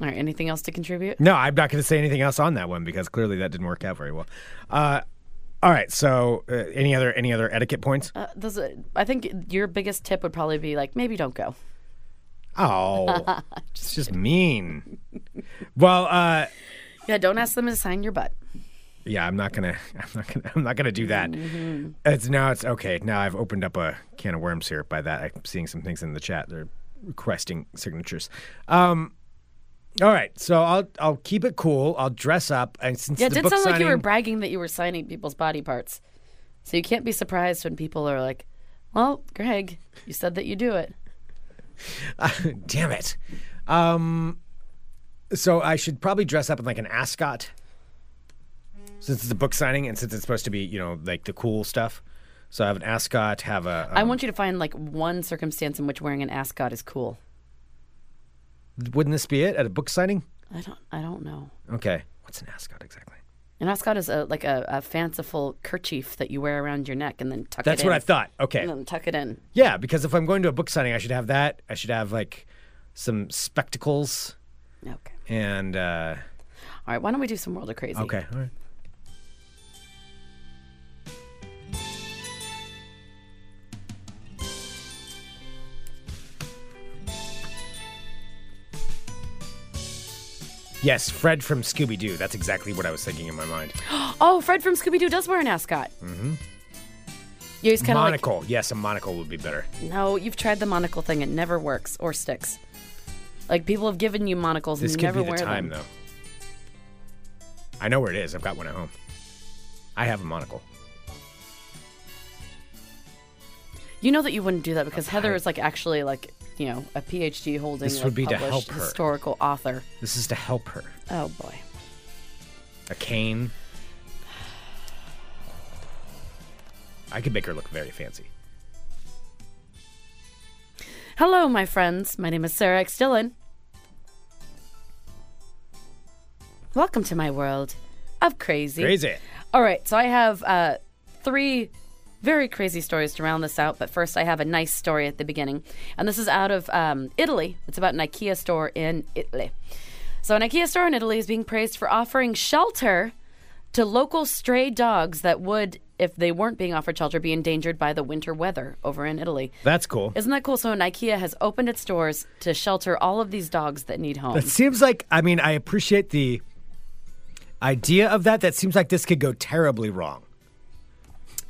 Speaker 6: All right, anything else to contribute?
Speaker 5: No, I'm not going to say anything else on that one because clearly that didn't work out very well. Uh, all right. So, uh, any other any other etiquette points?
Speaker 6: Uh, those, are- I think your biggest tip would probably be like, maybe don't go.
Speaker 5: Oh, it's just mean. Well, uh,
Speaker 6: Yeah, don't ask them to sign your butt.
Speaker 5: yeah, I'm not gonna, I'm not gonna, I'm not gonna do that.
Speaker 6: Mm-hmm.
Speaker 5: It's now, it's okay. Now I've opened up a can of worms here. By that, I'm seeing some things in the chat. They're requesting signatures. Um, all right, so I'll I'll keep it cool. I'll dress up, and since
Speaker 6: Yeah, it
Speaker 5: the
Speaker 6: did
Speaker 5: book
Speaker 6: sound like you were
Speaker 5: signing-
Speaker 6: bragging that you were signing people's body parts. So you can't be surprised when people are like, "Well, Greg, you said that you do it."
Speaker 5: Damn it. Um, so I should probably dress up in like an ascot since it's a book signing and since it's supposed to be, you know, like the cool stuff. So I have an ascot, have a.
Speaker 6: I
Speaker 5: um,
Speaker 6: want you to find like one circumstance in which wearing an ascot is cool.
Speaker 5: wouldn't this be it at a book signing?
Speaker 6: I don't. I don't know.
Speaker 5: Okay. What's an ascot exactly?
Speaker 6: An ascot is a, like a, a fanciful kerchief that you wear around your neck and then tuck
Speaker 5: That's
Speaker 6: it in.
Speaker 5: what I thought. Okay.
Speaker 6: And then tuck it in.
Speaker 5: Yeah, because if I'm going to a book signing, I should have that. I should have like some spectacles
Speaker 6: Okay.
Speaker 5: and. Uh,
Speaker 6: All right. Why don't we do some world of crazy?
Speaker 5: okay. All right. Yes, Fred from Scooby Doo. That's exactly what I was thinking in my mind.
Speaker 6: Oh, Fred from Scooby Doo does wear an ascot. Mm-hmm. Yeah, he's kind of like
Speaker 5: monocle. Yes, a monocle would be better.
Speaker 6: no. You've tried the monocle thing; it never works or sticks. Like people have given you monocles
Speaker 5: This
Speaker 6: and you
Speaker 5: could
Speaker 6: never
Speaker 5: be the
Speaker 6: wear
Speaker 5: time,
Speaker 6: them.
Speaker 5: though. I know where it is. I've got one at home. I have a monocle.
Speaker 6: You know that you wouldn't do that because Heather is like actually like you know a PhD holding
Speaker 5: This
Speaker 6: like,
Speaker 5: would be to
Speaker 6: published
Speaker 5: help her.
Speaker 6: historical author.
Speaker 5: This is to help her.
Speaker 6: Oh boy.
Speaker 5: A cane. I could make her look very fancy.
Speaker 6: Hello, my friends. My name is Sarah X. Dillon. Welcome to my world of crazy.
Speaker 5: Crazy.
Speaker 6: All right, so I have uh, three very crazy stories to round this out, but first I have a nice story at the beginning. And this is out of um, Italy. It's about an IKEA store in Italy. So, an IKEA store in Italy is being praised for offering shelter to local stray dogs that would, if they weren't being offered shelter, be endangered by the winter weather over in Italy.
Speaker 5: That's cool.
Speaker 6: Isn't that cool? So an IKEA has opened its doors to shelter all of these dogs that need
Speaker 5: It
Speaker 6: homes.
Speaker 5: seems like I mean I appreciate the idea of that. That seems like this could go terribly wrong.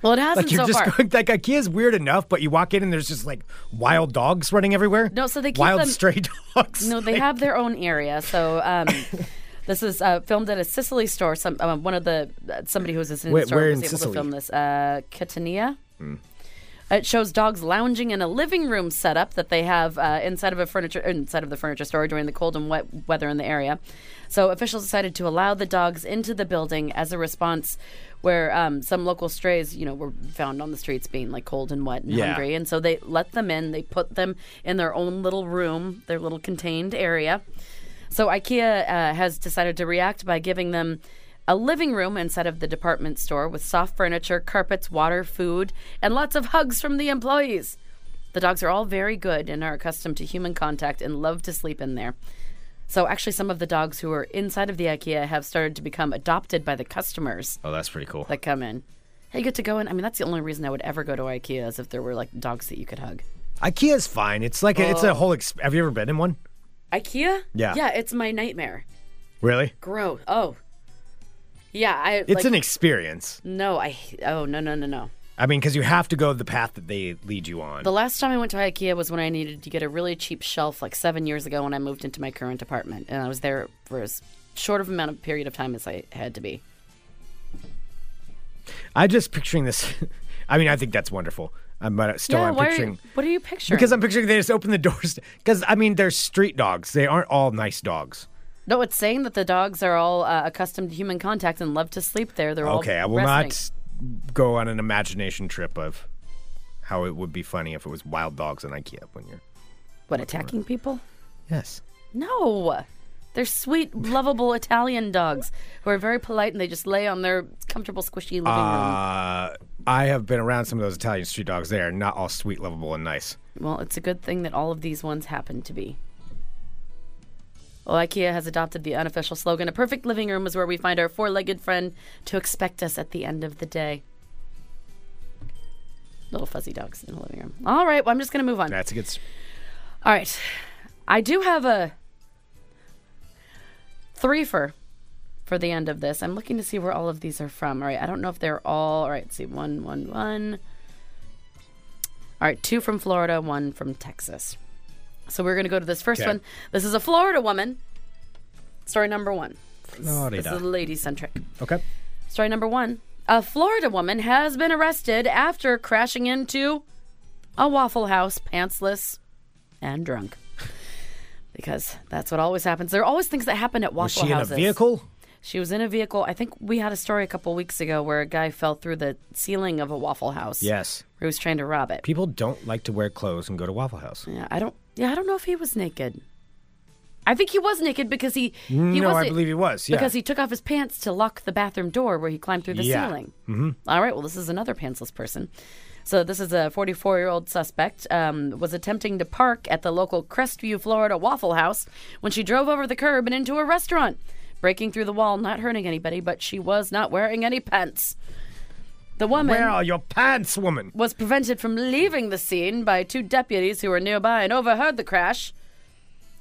Speaker 6: Well, it hasn't
Speaker 5: Like you're
Speaker 6: so
Speaker 5: just
Speaker 6: far.
Speaker 5: going like IKEA's weird enough, but you walk in and there's just like wild dogs running everywhere.
Speaker 6: No, so they keep
Speaker 5: wild
Speaker 6: them-
Speaker 5: stray dogs.
Speaker 6: no, they
Speaker 5: Like,
Speaker 6: have their own area. So um, this is uh, filmed at a Sicily store. Some um, one of the uh, somebody who was in
Speaker 5: Where-
Speaker 6: the store
Speaker 5: where
Speaker 6: was
Speaker 5: in
Speaker 6: able
Speaker 5: Sicily?
Speaker 6: to film this. Uh, Catania. It shows dogs lounging in a living room setup that they have uh, inside of a furniture inside of the furniture store during the cold and wet weather in the area. So officials decided to allow the dogs into the building as a response, where um, some local strays, you know, were found on the streets being like cold and wet and
Speaker 5: Yeah.
Speaker 6: hungry, and so they let them in. They put them in their own little room, their little contained area. So IKEA uh, has decided to react by giving them a living room inside of the department store with soft furniture, carpets, water, food, and lots of hugs from the employees. The dogs are all very good and are accustomed to human contact and love to sleep in there. So actually some of the dogs who are inside of the IKEA have started to become adopted by the customers
Speaker 5: Oh, that's pretty cool.
Speaker 6: that come in. You get to go in. I mean, that's the only reason I would ever go to IKEA is if there were like dogs that you could hug.
Speaker 5: IKEA's fine. It's like a, it's
Speaker 6: Oh.
Speaker 5: a whole. Exp- have you ever been in one?
Speaker 6: IKEA?
Speaker 5: Yeah.
Speaker 6: Yeah, it's my nightmare.
Speaker 5: Really?
Speaker 6: Gross. Oh. Yeah, I
Speaker 5: It's
Speaker 6: like,
Speaker 5: an experience.
Speaker 6: No, I oh no no no no.
Speaker 5: I mean, because you have to go the path that they lead you on.
Speaker 6: The last time I went to IKEA was when I needed to get a really cheap shelf, like seven years ago, when I moved into my current apartment, and I was there for as short of amount of period of time as I had to be.
Speaker 5: I just picturing this. I mean, I think that's wonderful. I'm but still
Speaker 6: yeah,
Speaker 5: I'm
Speaker 6: why
Speaker 5: picturing
Speaker 6: Are you, what are you picturing?
Speaker 5: because I'm picturing they just open the doors because I mean they're street dogs. They aren't all nice dogs.
Speaker 6: no, it's saying that the dogs are all uh, accustomed to human contact and love to sleep there. They're all
Speaker 5: Okay, I will
Speaker 6: resting.
Speaker 5: not go on an imagination trip of how it would be funny if it was wild dogs in IKEA when you're.
Speaker 6: What attacking people?
Speaker 5: Yes.
Speaker 6: No. They're sweet, lovable Italian dogs who are very polite and they just lay on their comfortable, squishy living
Speaker 5: Uh, I have been around some of those Italian street dogs. They are not all sweet, lovable, and nice.
Speaker 6: room. Well, it's a good thing that all of these ones happen to be. Well, IKEA has adopted the unofficial slogan A perfect living room is where we find our four legged friend to expect us at the end of the day. Little fuzzy dogs in the living room. All right, well, I'm just going to move on.
Speaker 5: That's a good. s-
Speaker 6: All right. I do have a threefer for the end of this. I'm looking to see where all of these are from. All right. I don't know if they're all. All right. let's See, one, one, one. All right. Two from Florida, one from Texas. So we're going to go to this first
Speaker 5: Okay.
Speaker 6: one. This is a Florida woman. Story number one. This is
Speaker 5: Florida.
Speaker 6: lady centric.
Speaker 5: Okay.
Speaker 6: Story number one. A Florida woman has been arrested after crashing into a Waffle House pantsless and drunk. Because that's what always happens. There are always things that happen at Waffle
Speaker 5: Was she in a
Speaker 6: Houses.
Speaker 5: vehicle?
Speaker 6: She was in a vehicle. I think we had a story a couple weeks ago where a guy fell through the ceiling of a Waffle House.
Speaker 5: Yes.
Speaker 6: Where he was trying to rob it.
Speaker 5: People don't like to wear clothes and go to Waffle House.
Speaker 6: Yeah, I don't yeah, I don't know if he was naked. I think he was naked because he, he
Speaker 5: no, I
Speaker 6: wasn't-
Speaker 5: believe he was. Yeah.
Speaker 6: because he took off his pants to lock the bathroom door where he climbed through the
Speaker 5: Yeah.
Speaker 6: ceiling. Mm-hmm. right. Well, this is another pantsless person. So this is a 44-year-old suspect um, was attempting to park at the local Crestview, Florida Waffle House when she drove over the curb and into a restaurant, breaking through the wall, not hurting anybody, but she was not wearing any pants. The woman
Speaker 5: Where are your pants, woman?
Speaker 6: was prevented from leaving the scene by two deputies who were nearby and overheard the crash.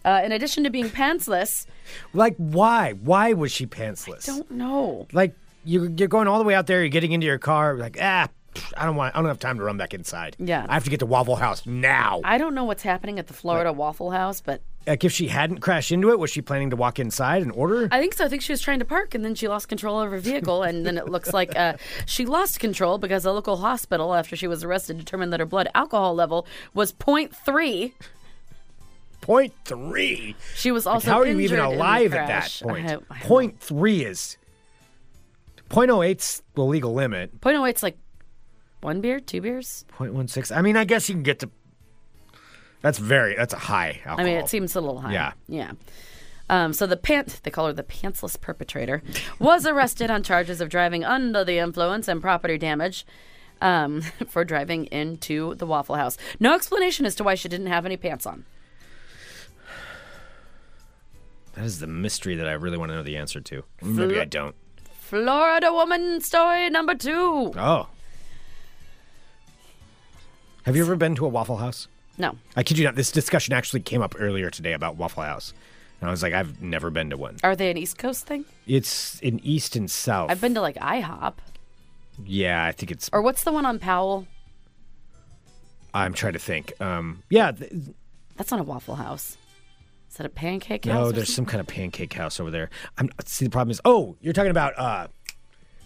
Speaker 6: Uh, in addition to being pantsless,
Speaker 5: Like, why? Why was she pantsless?
Speaker 6: don't know.
Speaker 5: Like, you, you're going all the way out there. You're getting into your car. Like, ah, pff, I don't want. I don't have time to run back inside.
Speaker 6: Yeah.
Speaker 5: I have to get to Waffle House now.
Speaker 6: I don't know what's happening at the Florida Waffle House, but
Speaker 5: like, if she hadn't crashed into it, was she planning to walk inside and order?
Speaker 6: I think so. I think she was trying to park and then she lost control of her vehicle. And then it looks like uh, she lost control because a local hospital, after she was arrested, determined that her blood alcohol level was 0.3.
Speaker 5: Point three.
Speaker 6: She was also
Speaker 5: How are you even
Speaker 6: injured in the
Speaker 5: alive at that
Speaker 6: crash.
Speaker 5: point?
Speaker 6: I don't- I don't
Speaker 5: Point three is. Point oh eight's the legal limit.
Speaker 6: know. Point oh eight's like one beer, two beers.
Speaker 5: Point one six. I mean, I guess you can get to. That's very. That's a high alcohol.
Speaker 6: I mean, it seems a little high.
Speaker 5: Yeah.
Speaker 6: Yeah. Um, so the pant they call her the pantsless perpetrator was arrested on charges of driving under the influence and property damage um, for driving into the Waffle House. No explanation as to why she didn't have any pants on.
Speaker 5: That is the mystery that I really want to know the answer to. Maybe I don't.
Speaker 6: Florida woman story number two.
Speaker 5: Oh. Have you ever been to a Waffle House?
Speaker 6: No.
Speaker 5: I kid you not. This discussion actually came up earlier today about Waffle House, and I was like, I've never been to one.
Speaker 6: Are they an East Coast thing?
Speaker 5: It's in East and South.
Speaker 6: I've been to like IHOP.
Speaker 5: Yeah, I think it's.
Speaker 6: Or what's the one on Powell?
Speaker 5: I'm trying to think. Um, yeah. Th-
Speaker 6: That's not a Waffle House. Is that a pancake house? or
Speaker 5: no, oh, there's
Speaker 6: something?
Speaker 5: some kind of pancake house over there. I'm. See, the problem is. Oh, you're talking about uh,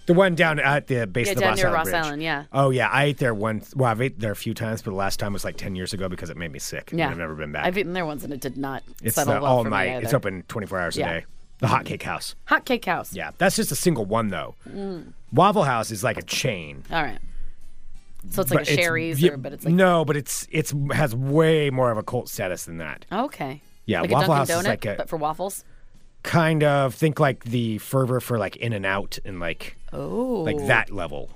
Speaker 5: the one down at the base
Speaker 6: Yeah,
Speaker 5: of the
Speaker 6: down
Speaker 5: Ross
Speaker 6: near
Speaker 5: Island
Speaker 6: Ross
Speaker 5: Bridge.
Speaker 6: Island, yeah.
Speaker 5: Oh yeah, I ate there once. Well, I've ate there a few times, but the last time was like ten years ago because it made me sick. and
Speaker 6: Yeah.
Speaker 5: I've never been back.
Speaker 6: I've eaten there once and it did not
Speaker 5: It's
Speaker 6: settle
Speaker 5: the
Speaker 6: well
Speaker 5: all
Speaker 6: for me
Speaker 5: night.
Speaker 6: either.
Speaker 5: It's open 24 hours
Speaker 6: Yeah.
Speaker 5: a day. The Hot Cake House.
Speaker 6: Hot cake house.
Speaker 5: Yeah, that's just a single one though.
Speaker 6: Mm.
Speaker 5: Waffle House is like a chain.
Speaker 6: All right. So it's like
Speaker 5: but
Speaker 6: a Sherry's,
Speaker 5: yeah,
Speaker 6: or, but it's like
Speaker 5: no, but it's it's has way more of a cult status than that.
Speaker 6: okay.
Speaker 5: Yeah,
Speaker 6: like
Speaker 5: Waffle
Speaker 6: a Dunkin'
Speaker 5: House is
Speaker 6: Donut,
Speaker 5: like a-
Speaker 6: but for waffles.
Speaker 5: Kind of think like the fervor for like In and Out and like
Speaker 6: Oh,
Speaker 5: like that level.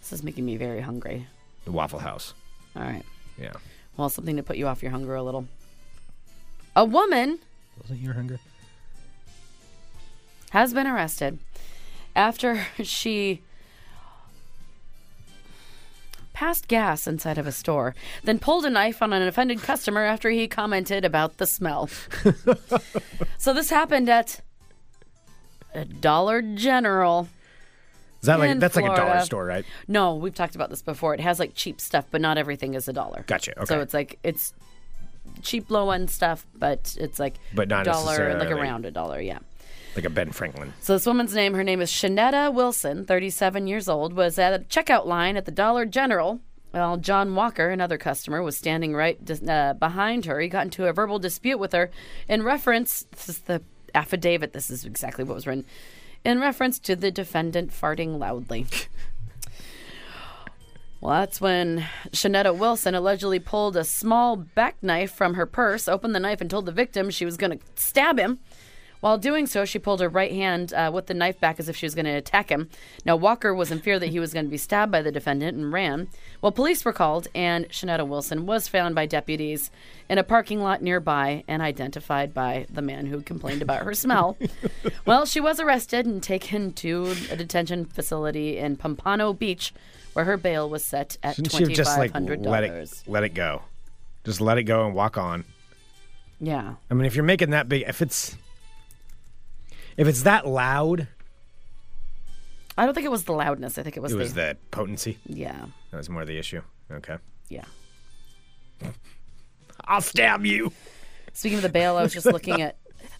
Speaker 6: This is making me very hungry.
Speaker 5: The Waffle House.
Speaker 6: All right.
Speaker 5: Yeah.
Speaker 6: Well, something to put you off your hunger a little. A woman
Speaker 5: Wasn't your hunger?
Speaker 6: has been arrested after she passed gas inside of a store, then pulled a knife on an offended customer after he commented about the smell. so this happened at a Dollar General.
Speaker 5: Is that like
Speaker 6: In
Speaker 5: that's like a dollar
Speaker 6: Florida.
Speaker 5: store, right?
Speaker 6: No, we've talked about this before. It has like cheap stuff, but not everything is a dollar.
Speaker 5: Gotcha,
Speaker 6: So
Speaker 5: okay.
Speaker 6: it's like it's cheap low end stuff, but it's like
Speaker 5: But not
Speaker 6: dollar, like
Speaker 5: necessarily.
Speaker 6: around a dollar. Yeah.
Speaker 5: Like a Ben Franklin.
Speaker 6: So this woman's name, her name is Shanetta Wilson, 37 years old, was at a checkout line at the Dollar General. While John Walker, another customer, was standing right dis- uh, behind her. He got into a verbal dispute with her in reference. This is the affidavit. This is exactly what was written in reference to the defendant farting loudly. Well, that's when Shanetta Wilson allegedly pulled a small back knife from her purse, opened the knife, and told the victim she was going to stab him. While doing so, she pulled her right hand uh, with the knife back as if she was going to attack him. Now, Walker was in fear that he was going to be stabbed by the defendant and ran. Well, police were called, and Shanetta Wilson was found by deputies in a parking lot nearby and identified by the man who complained about her smell. well, she was arrested and taken to a detention facility in Pompano Beach, where her bail was set at
Speaker 5: Shouldn't she have just like
Speaker 6: $2,500.
Speaker 5: let it let it go? Just let it go and walk on.
Speaker 6: yeah.
Speaker 5: I mean, if you're making that big, if it's if it's that loud,
Speaker 6: I don't think it was the loudness. I think it was,
Speaker 5: it was
Speaker 6: the.
Speaker 5: the potency.
Speaker 6: Yeah.
Speaker 5: That was more the issue. Okay.
Speaker 6: Yeah.
Speaker 5: I'll stab you.
Speaker 6: Speaking of the bail, I was just looking at.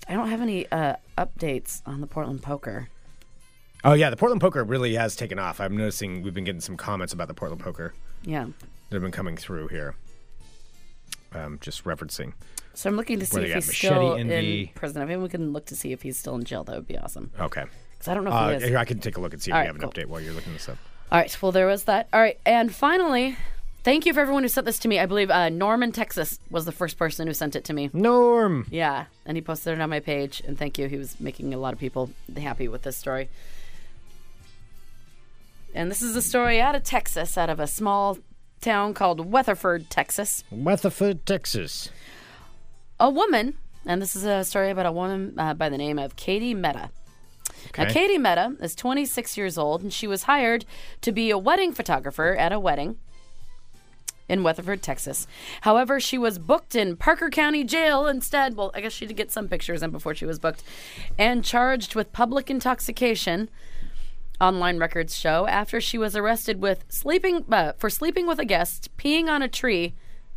Speaker 6: I don't have any uh, updates on the Portland poker.
Speaker 5: Oh yeah, the Portland poker really has taken off. I'm noticing we've been getting some comments about the Portland poker
Speaker 6: Yeah.
Speaker 5: that have been coming through here. Um, just referencing.
Speaker 6: So I'm looking to see
Speaker 5: Where they
Speaker 6: if
Speaker 5: got
Speaker 6: he's
Speaker 5: Machete
Speaker 6: still
Speaker 5: Envy.
Speaker 6: in prison. I mean, we can look to see if he's still in jail. That would be awesome.
Speaker 5: Okay.
Speaker 6: Because I don't know if
Speaker 5: Uh,
Speaker 6: he is.
Speaker 5: here, I can take a look and see if
Speaker 6: All
Speaker 5: we
Speaker 6: right,
Speaker 5: have an
Speaker 6: cool.
Speaker 5: update while you're looking this up.
Speaker 6: All right. Well, there was that. All right. And finally, thank you for everyone who sent this to me. I believe uh, Norman, Texas was the first person who sent it to me.
Speaker 5: Norm.
Speaker 6: Yeah. And he posted it on my page. And thank you. He was making a lot of people happy with this story. And this is a story out of Texas, out of a small town called Weatherford, Texas.
Speaker 5: Weatherford, Texas.
Speaker 6: a woman, and this is a story about a woman uh, by the name of Katie Meta. Now,
Speaker 5: Okay.
Speaker 6: Katie Meta is 26 years old, and she was hired to be a wedding photographer at a wedding in Weatherford, Texas. However, she was booked in Parker County Jail instead. Well, I guess she did get some pictures in before she was booked, and charged with public intoxication. Online records show after she was arrested with sleeping uh, for sleeping with a guest, peeing on a tree,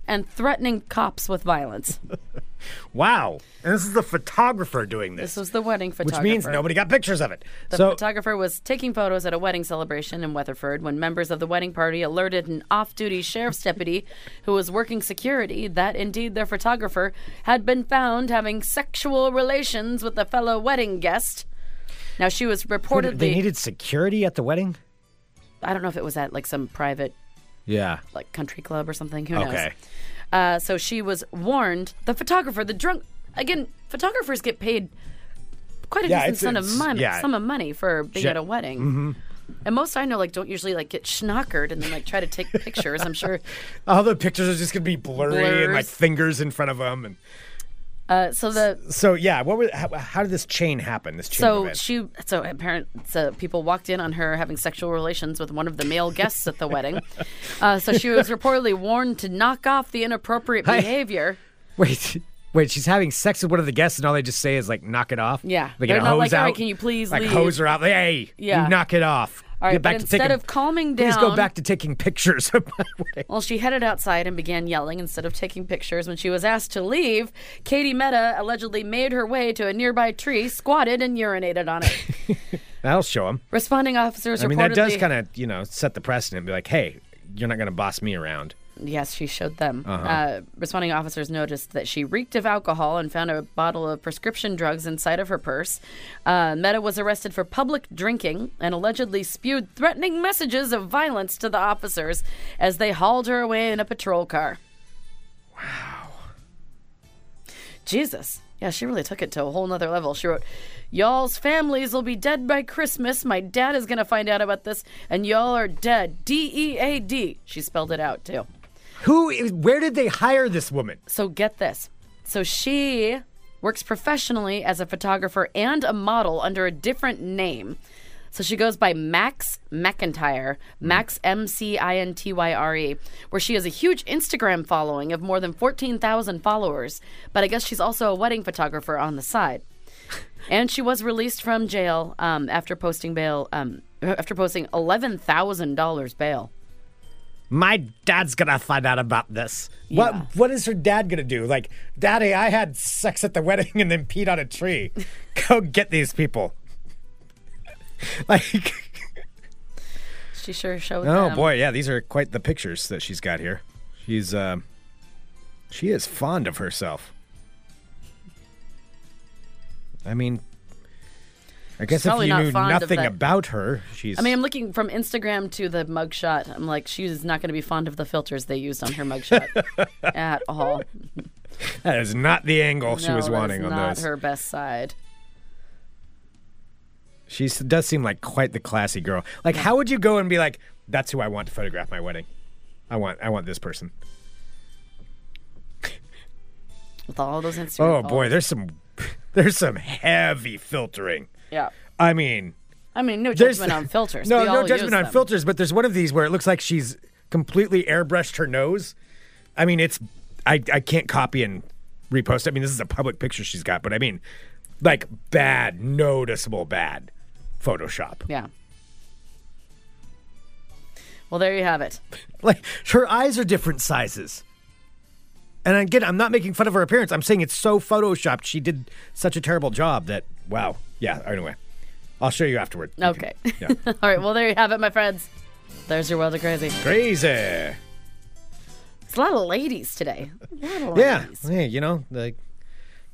Speaker 6: and threatening cops with violence.
Speaker 5: Wow. And this is the photographer doing this,
Speaker 6: This was the wedding
Speaker 5: which
Speaker 6: photographer.
Speaker 5: means nobody got pictures of it.
Speaker 6: The
Speaker 5: so
Speaker 6: photographer was taking photos at a wedding celebration in Weatherford when members of the wedding party alerted an off duty sheriff's deputy who was working security that indeed their photographer had been found having sexual relations with a fellow wedding guest. Now, she was reportedly.
Speaker 5: they needed security at the wedding?
Speaker 6: I don't know if it was at like some private
Speaker 5: Yeah.
Speaker 6: like country club or something. Who knows?
Speaker 5: Okay.
Speaker 6: Uh, so she was warned. The photographer, the drunk, again, photographers get paid quite a
Speaker 5: Yeah,
Speaker 6: decent
Speaker 5: it's-
Speaker 6: sum of
Speaker 5: it's-
Speaker 6: money,
Speaker 5: yeah. Mm-hmm.
Speaker 6: sum of money for being
Speaker 5: Ge-
Speaker 6: at a wedding. And most I know, like, don't usually like get schnockered and then like try to take pictures. I'm sure.
Speaker 5: All the pictures are just gonna be blurry and like
Speaker 6: Blurs.
Speaker 5: fingers in front of them. And
Speaker 6: Uh, so the
Speaker 5: so yeah, what were how, how did this chain happen? This chain of
Speaker 6: so
Speaker 5: events?
Speaker 6: she so apparent so people walked in on her having sexual relations with one of the male guests at the wedding. Uh, so she was reportedly warned to knock off the inappropriate
Speaker 5: Hi.
Speaker 6: behavior.
Speaker 5: Wait, wait, she's having sex with one of the guests, and all they just say is like, "Knock it off."
Speaker 6: Yeah.
Speaker 5: they
Speaker 6: They're
Speaker 5: get a
Speaker 6: not
Speaker 5: hose
Speaker 6: like,
Speaker 5: out.
Speaker 6: "All right, can you please
Speaker 5: like
Speaker 6: leave?"
Speaker 5: hose her out? Like, hey,
Speaker 6: Yeah.
Speaker 5: you knock it off.
Speaker 6: All right,
Speaker 5: get back
Speaker 6: but
Speaker 5: to
Speaker 6: instead
Speaker 5: taking,
Speaker 6: of calming down,
Speaker 5: please go back to taking pictures of my way.
Speaker 6: Well, she headed outside and began yelling instead of taking pictures. When she was asked to leave, Katie Meta allegedly made her way to a nearby tree, squatted, and urinated on it.
Speaker 5: That'll show him.
Speaker 6: Responding officers
Speaker 5: I mean,
Speaker 6: reportedly.
Speaker 5: that does kind of you know set the precedent. Be like, hey, you're not gonna boss me around.
Speaker 6: Yes, she showed them. Uh, responding officers noticed that she reeked of alcohol and found a bottle of prescription drugs inside of her purse. Uh, Meta was arrested for public drinking and allegedly spewed threatening messages of violence to the officers as they hauled her away in a patrol car. Wow. Jesus. Yeah, she really took it to a whole nother level. She wrote, Y'all's families will be dead by Christmas. My dad is going to find out about this, and y'all are dead. D E A D. She spelled it out, too.
Speaker 5: Who? is- Where did they hire this woman?
Speaker 6: So get this. So she works professionally as a photographer and a model under a different name. So she goes by Max McIntyre, Max M C I N T Y R E, where she has a huge Instagram following of more than 14,000 followers. But I guess she's also a wedding photographer on the side. And she was released from jail um, after posting bail, um, after posting $11,000 bail.
Speaker 5: My dad's gonna find out about this.
Speaker 6: Yeah.
Speaker 5: What what is her dad gonna do? Like, Daddy, I had sex at the wedding and then peed on a tree. Go get these people. like,
Speaker 6: She sure showed
Speaker 5: oh
Speaker 6: them.
Speaker 5: boy, yeah, these are quite the pictures that she's got here. She's uh, she is fond of herself. I mean, I guess if
Speaker 6: probably
Speaker 5: you
Speaker 6: not
Speaker 5: knew
Speaker 6: fond of
Speaker 5: nothing
Speaker 6: that-
Speaker 5: about her, she's.
Speaker 6: I mean, I'm looking from Instagram to the mugshot. I'm like, she's not going to be fond of the filters they used on her mugshot at all.
Speaker 5: that is not the angle she
Speaker 6: No,
Speaker 5: was
Speaker 6: that is
Speaker 5: wanting on
Speaker 6: not
Speaker 5: those.
Speaker 6: her best side.
Speaker 5: She s- does seem like quite the classy girl. Like, how would you go and be like, "That's who I want to photograph my wedding. I want, I want this person."
Speaker 6: With all those Instagram.
Speaker 5: Oh boy, there's some, there's some heavy filtering.
Speaker 6: Yeah.
Speaker 5: I mean,
Speaker 6: I mean, no
Speaker 5: there's
Speaker 6: judgment on filters.
Speaker 5: No,
Speaker 6: We all
Speaker 5: no
Speaker 6: use
Speaker 5: judgment on
Speaker 6: them.
Speaker 5: filters, but there's one of these where it looks like she's completely airbrushed her nose. I mean, it's, I, I can't copy and repost. I mean, this is a public picture she's got, but I mean, like bad, noticeable bad Photoshop.
Speaker 6: Yeah. Well, there you have it.
Speaker 5: Like her eyes are different sizes. And again, I'm not making fun of her appearance. I'm saying it's so photoshopped. She did such a terrible job that wow. Yeah. Anyway, I'll show you afterward. You can-
Speaker 6: Okay.
Speaker 5: Yeah.
Speaker 6: all right. Well, there you have it, my friends. There's your world of crazy.
Speaker 5: Crazy.
Speaker 6: It's a lot of ladies today. A lot of
Speaker 5: Yeah.
Speaker 6: ladies.
Speaker 5: Hey, you know, like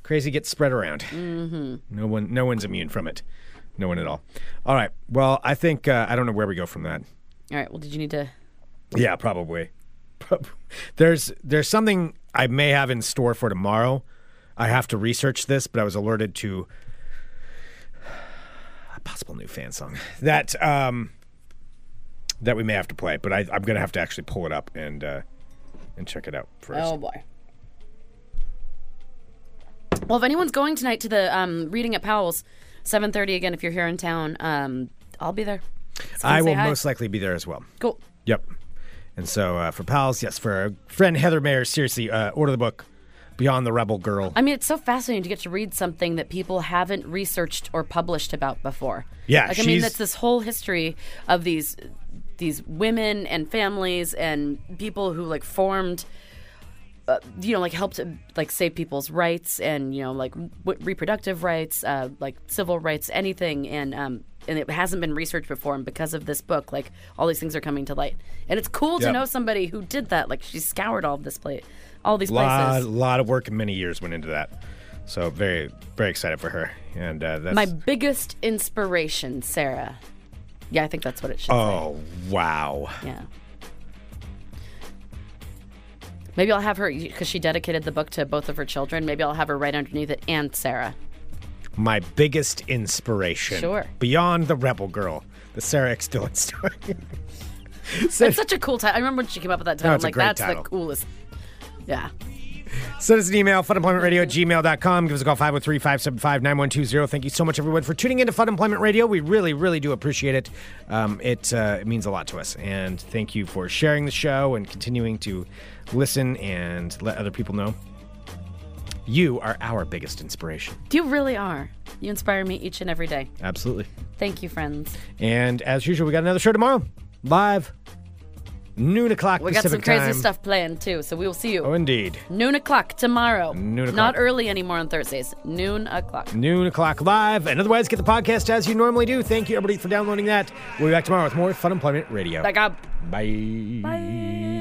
Speaker 5: crazy gets spread around. Mm-hmm. No one, no one's immune from it. No one at all. All right. Well, I think uh, I don't know where we go from that.
Speaker 6: All right. Well, did you need to?
Speaker 5: Yeah, probably. Prob- There's there's something I may have in store for tomorrow. I have to research this, but I was alerted to a possible new fan song that um that we may have to play. But I, I'm gonna have to actually pull it up and uh, and check it out first.
Speaker 6: Oh boy. Well, if anyone's going tonight to the um, reading at Powell's, seven thirty again. If you're here in town, um, I'll be there. Just come
Speaker 5: I
Speaker 6: say
Speaker 5: will
Speaker 6: hi.
Speaker 5: most likely be there as well.
Speaker 6: cool.
Speaker 5: Yep. And so uh, for pals, yes, for our friend Heather Mayer, seriously, uh, order the book Beyond the Rebel Girl.
Speaker 6: I mean, it's so fascinating to get to read something that people haven't researched or published about before.
Speaker 5: Yeah,
Speaker 6: like I mean,
Speaker 5: she's-
Speaker 6: that's this whole history of these these women and families and people who like formed, uh, you know, like helped like save people's rights and you know like w- reproductive rights, uh, like civil rights, anything, and um, and it hasn't been researched before, and because of this book, like all these things are coming to light, and it's cool to
Speaker 5: Yep.
Speaker 6: know somebody who did that. Like she scoured all this place, all these
Speaker 5: lot,
Speaker 6: places.
Speaker 5: lot of work and many years went into that. So very, very excited for her. And uh, that's
Speaker 6: My biggest inspiration, Sarah. Yeah, I think that's what it should
Speaker 5: oh wow,
Speaker 6: say. Yeah. Maybe I'll have her because she dedicated the book to both of her children. Maybe I'll have her right underneath it and Sarah.
Speaker 5: my biggest inspiration.
Speaker 6: Sure.
Speaker 5: Beyond the Rebel Girl, the Sarah X Dillon story.
Speaker 6: It's such a cool title. I remember when she came up with that title.
Speaker 5: it's a
Speaker 6: I'm like,
Speaker 5: great
Speaker 6: that's
Speaker 5: title.
Speaker 6: the coolest. Yeah.
Speaker 5: Send us an email, funemploymentradio at gmail.com. Give us a call, 503 575 9120. Thank you so much, everyone, for tuning in to Fun Employment Radio. We really, really do appreciate it. Um, it, uh, it means a lot to us. And thank you for sharing the show and continuing to listen and let other people know. You are our biggest inspiration.
Speaker 6: You really are. You inspire me each and every day.
Speaker 5: Absolutely.
Speaker 6: Thank you, friends.
Speaker 5: And as usual, we got another show tomorrow, live, noon o'clock
Speaker 6: We got
Speaker 5: Pacific
Speaker 6: some crazy
Speaker 5: time.
Speaker 6: stuff planned too, so we will see you.
Speaker 5: Oh, indeed.
Speaker 6: Noon o'clock tomorrow.
Speaker 5: Noon o'clock.
Speaker 6: Not early anymore on Thursdays. Noon o'clock.
Speaker 5: noon o'clock live. And otherwise, get the podcast as you normally do. Thank you, everybody, for downloading that. We'll be back tomorrow with more Fun Employment Radio.
Speaker 6: Back up.
Speaker 5: Bye.
Speaker 6: Bye.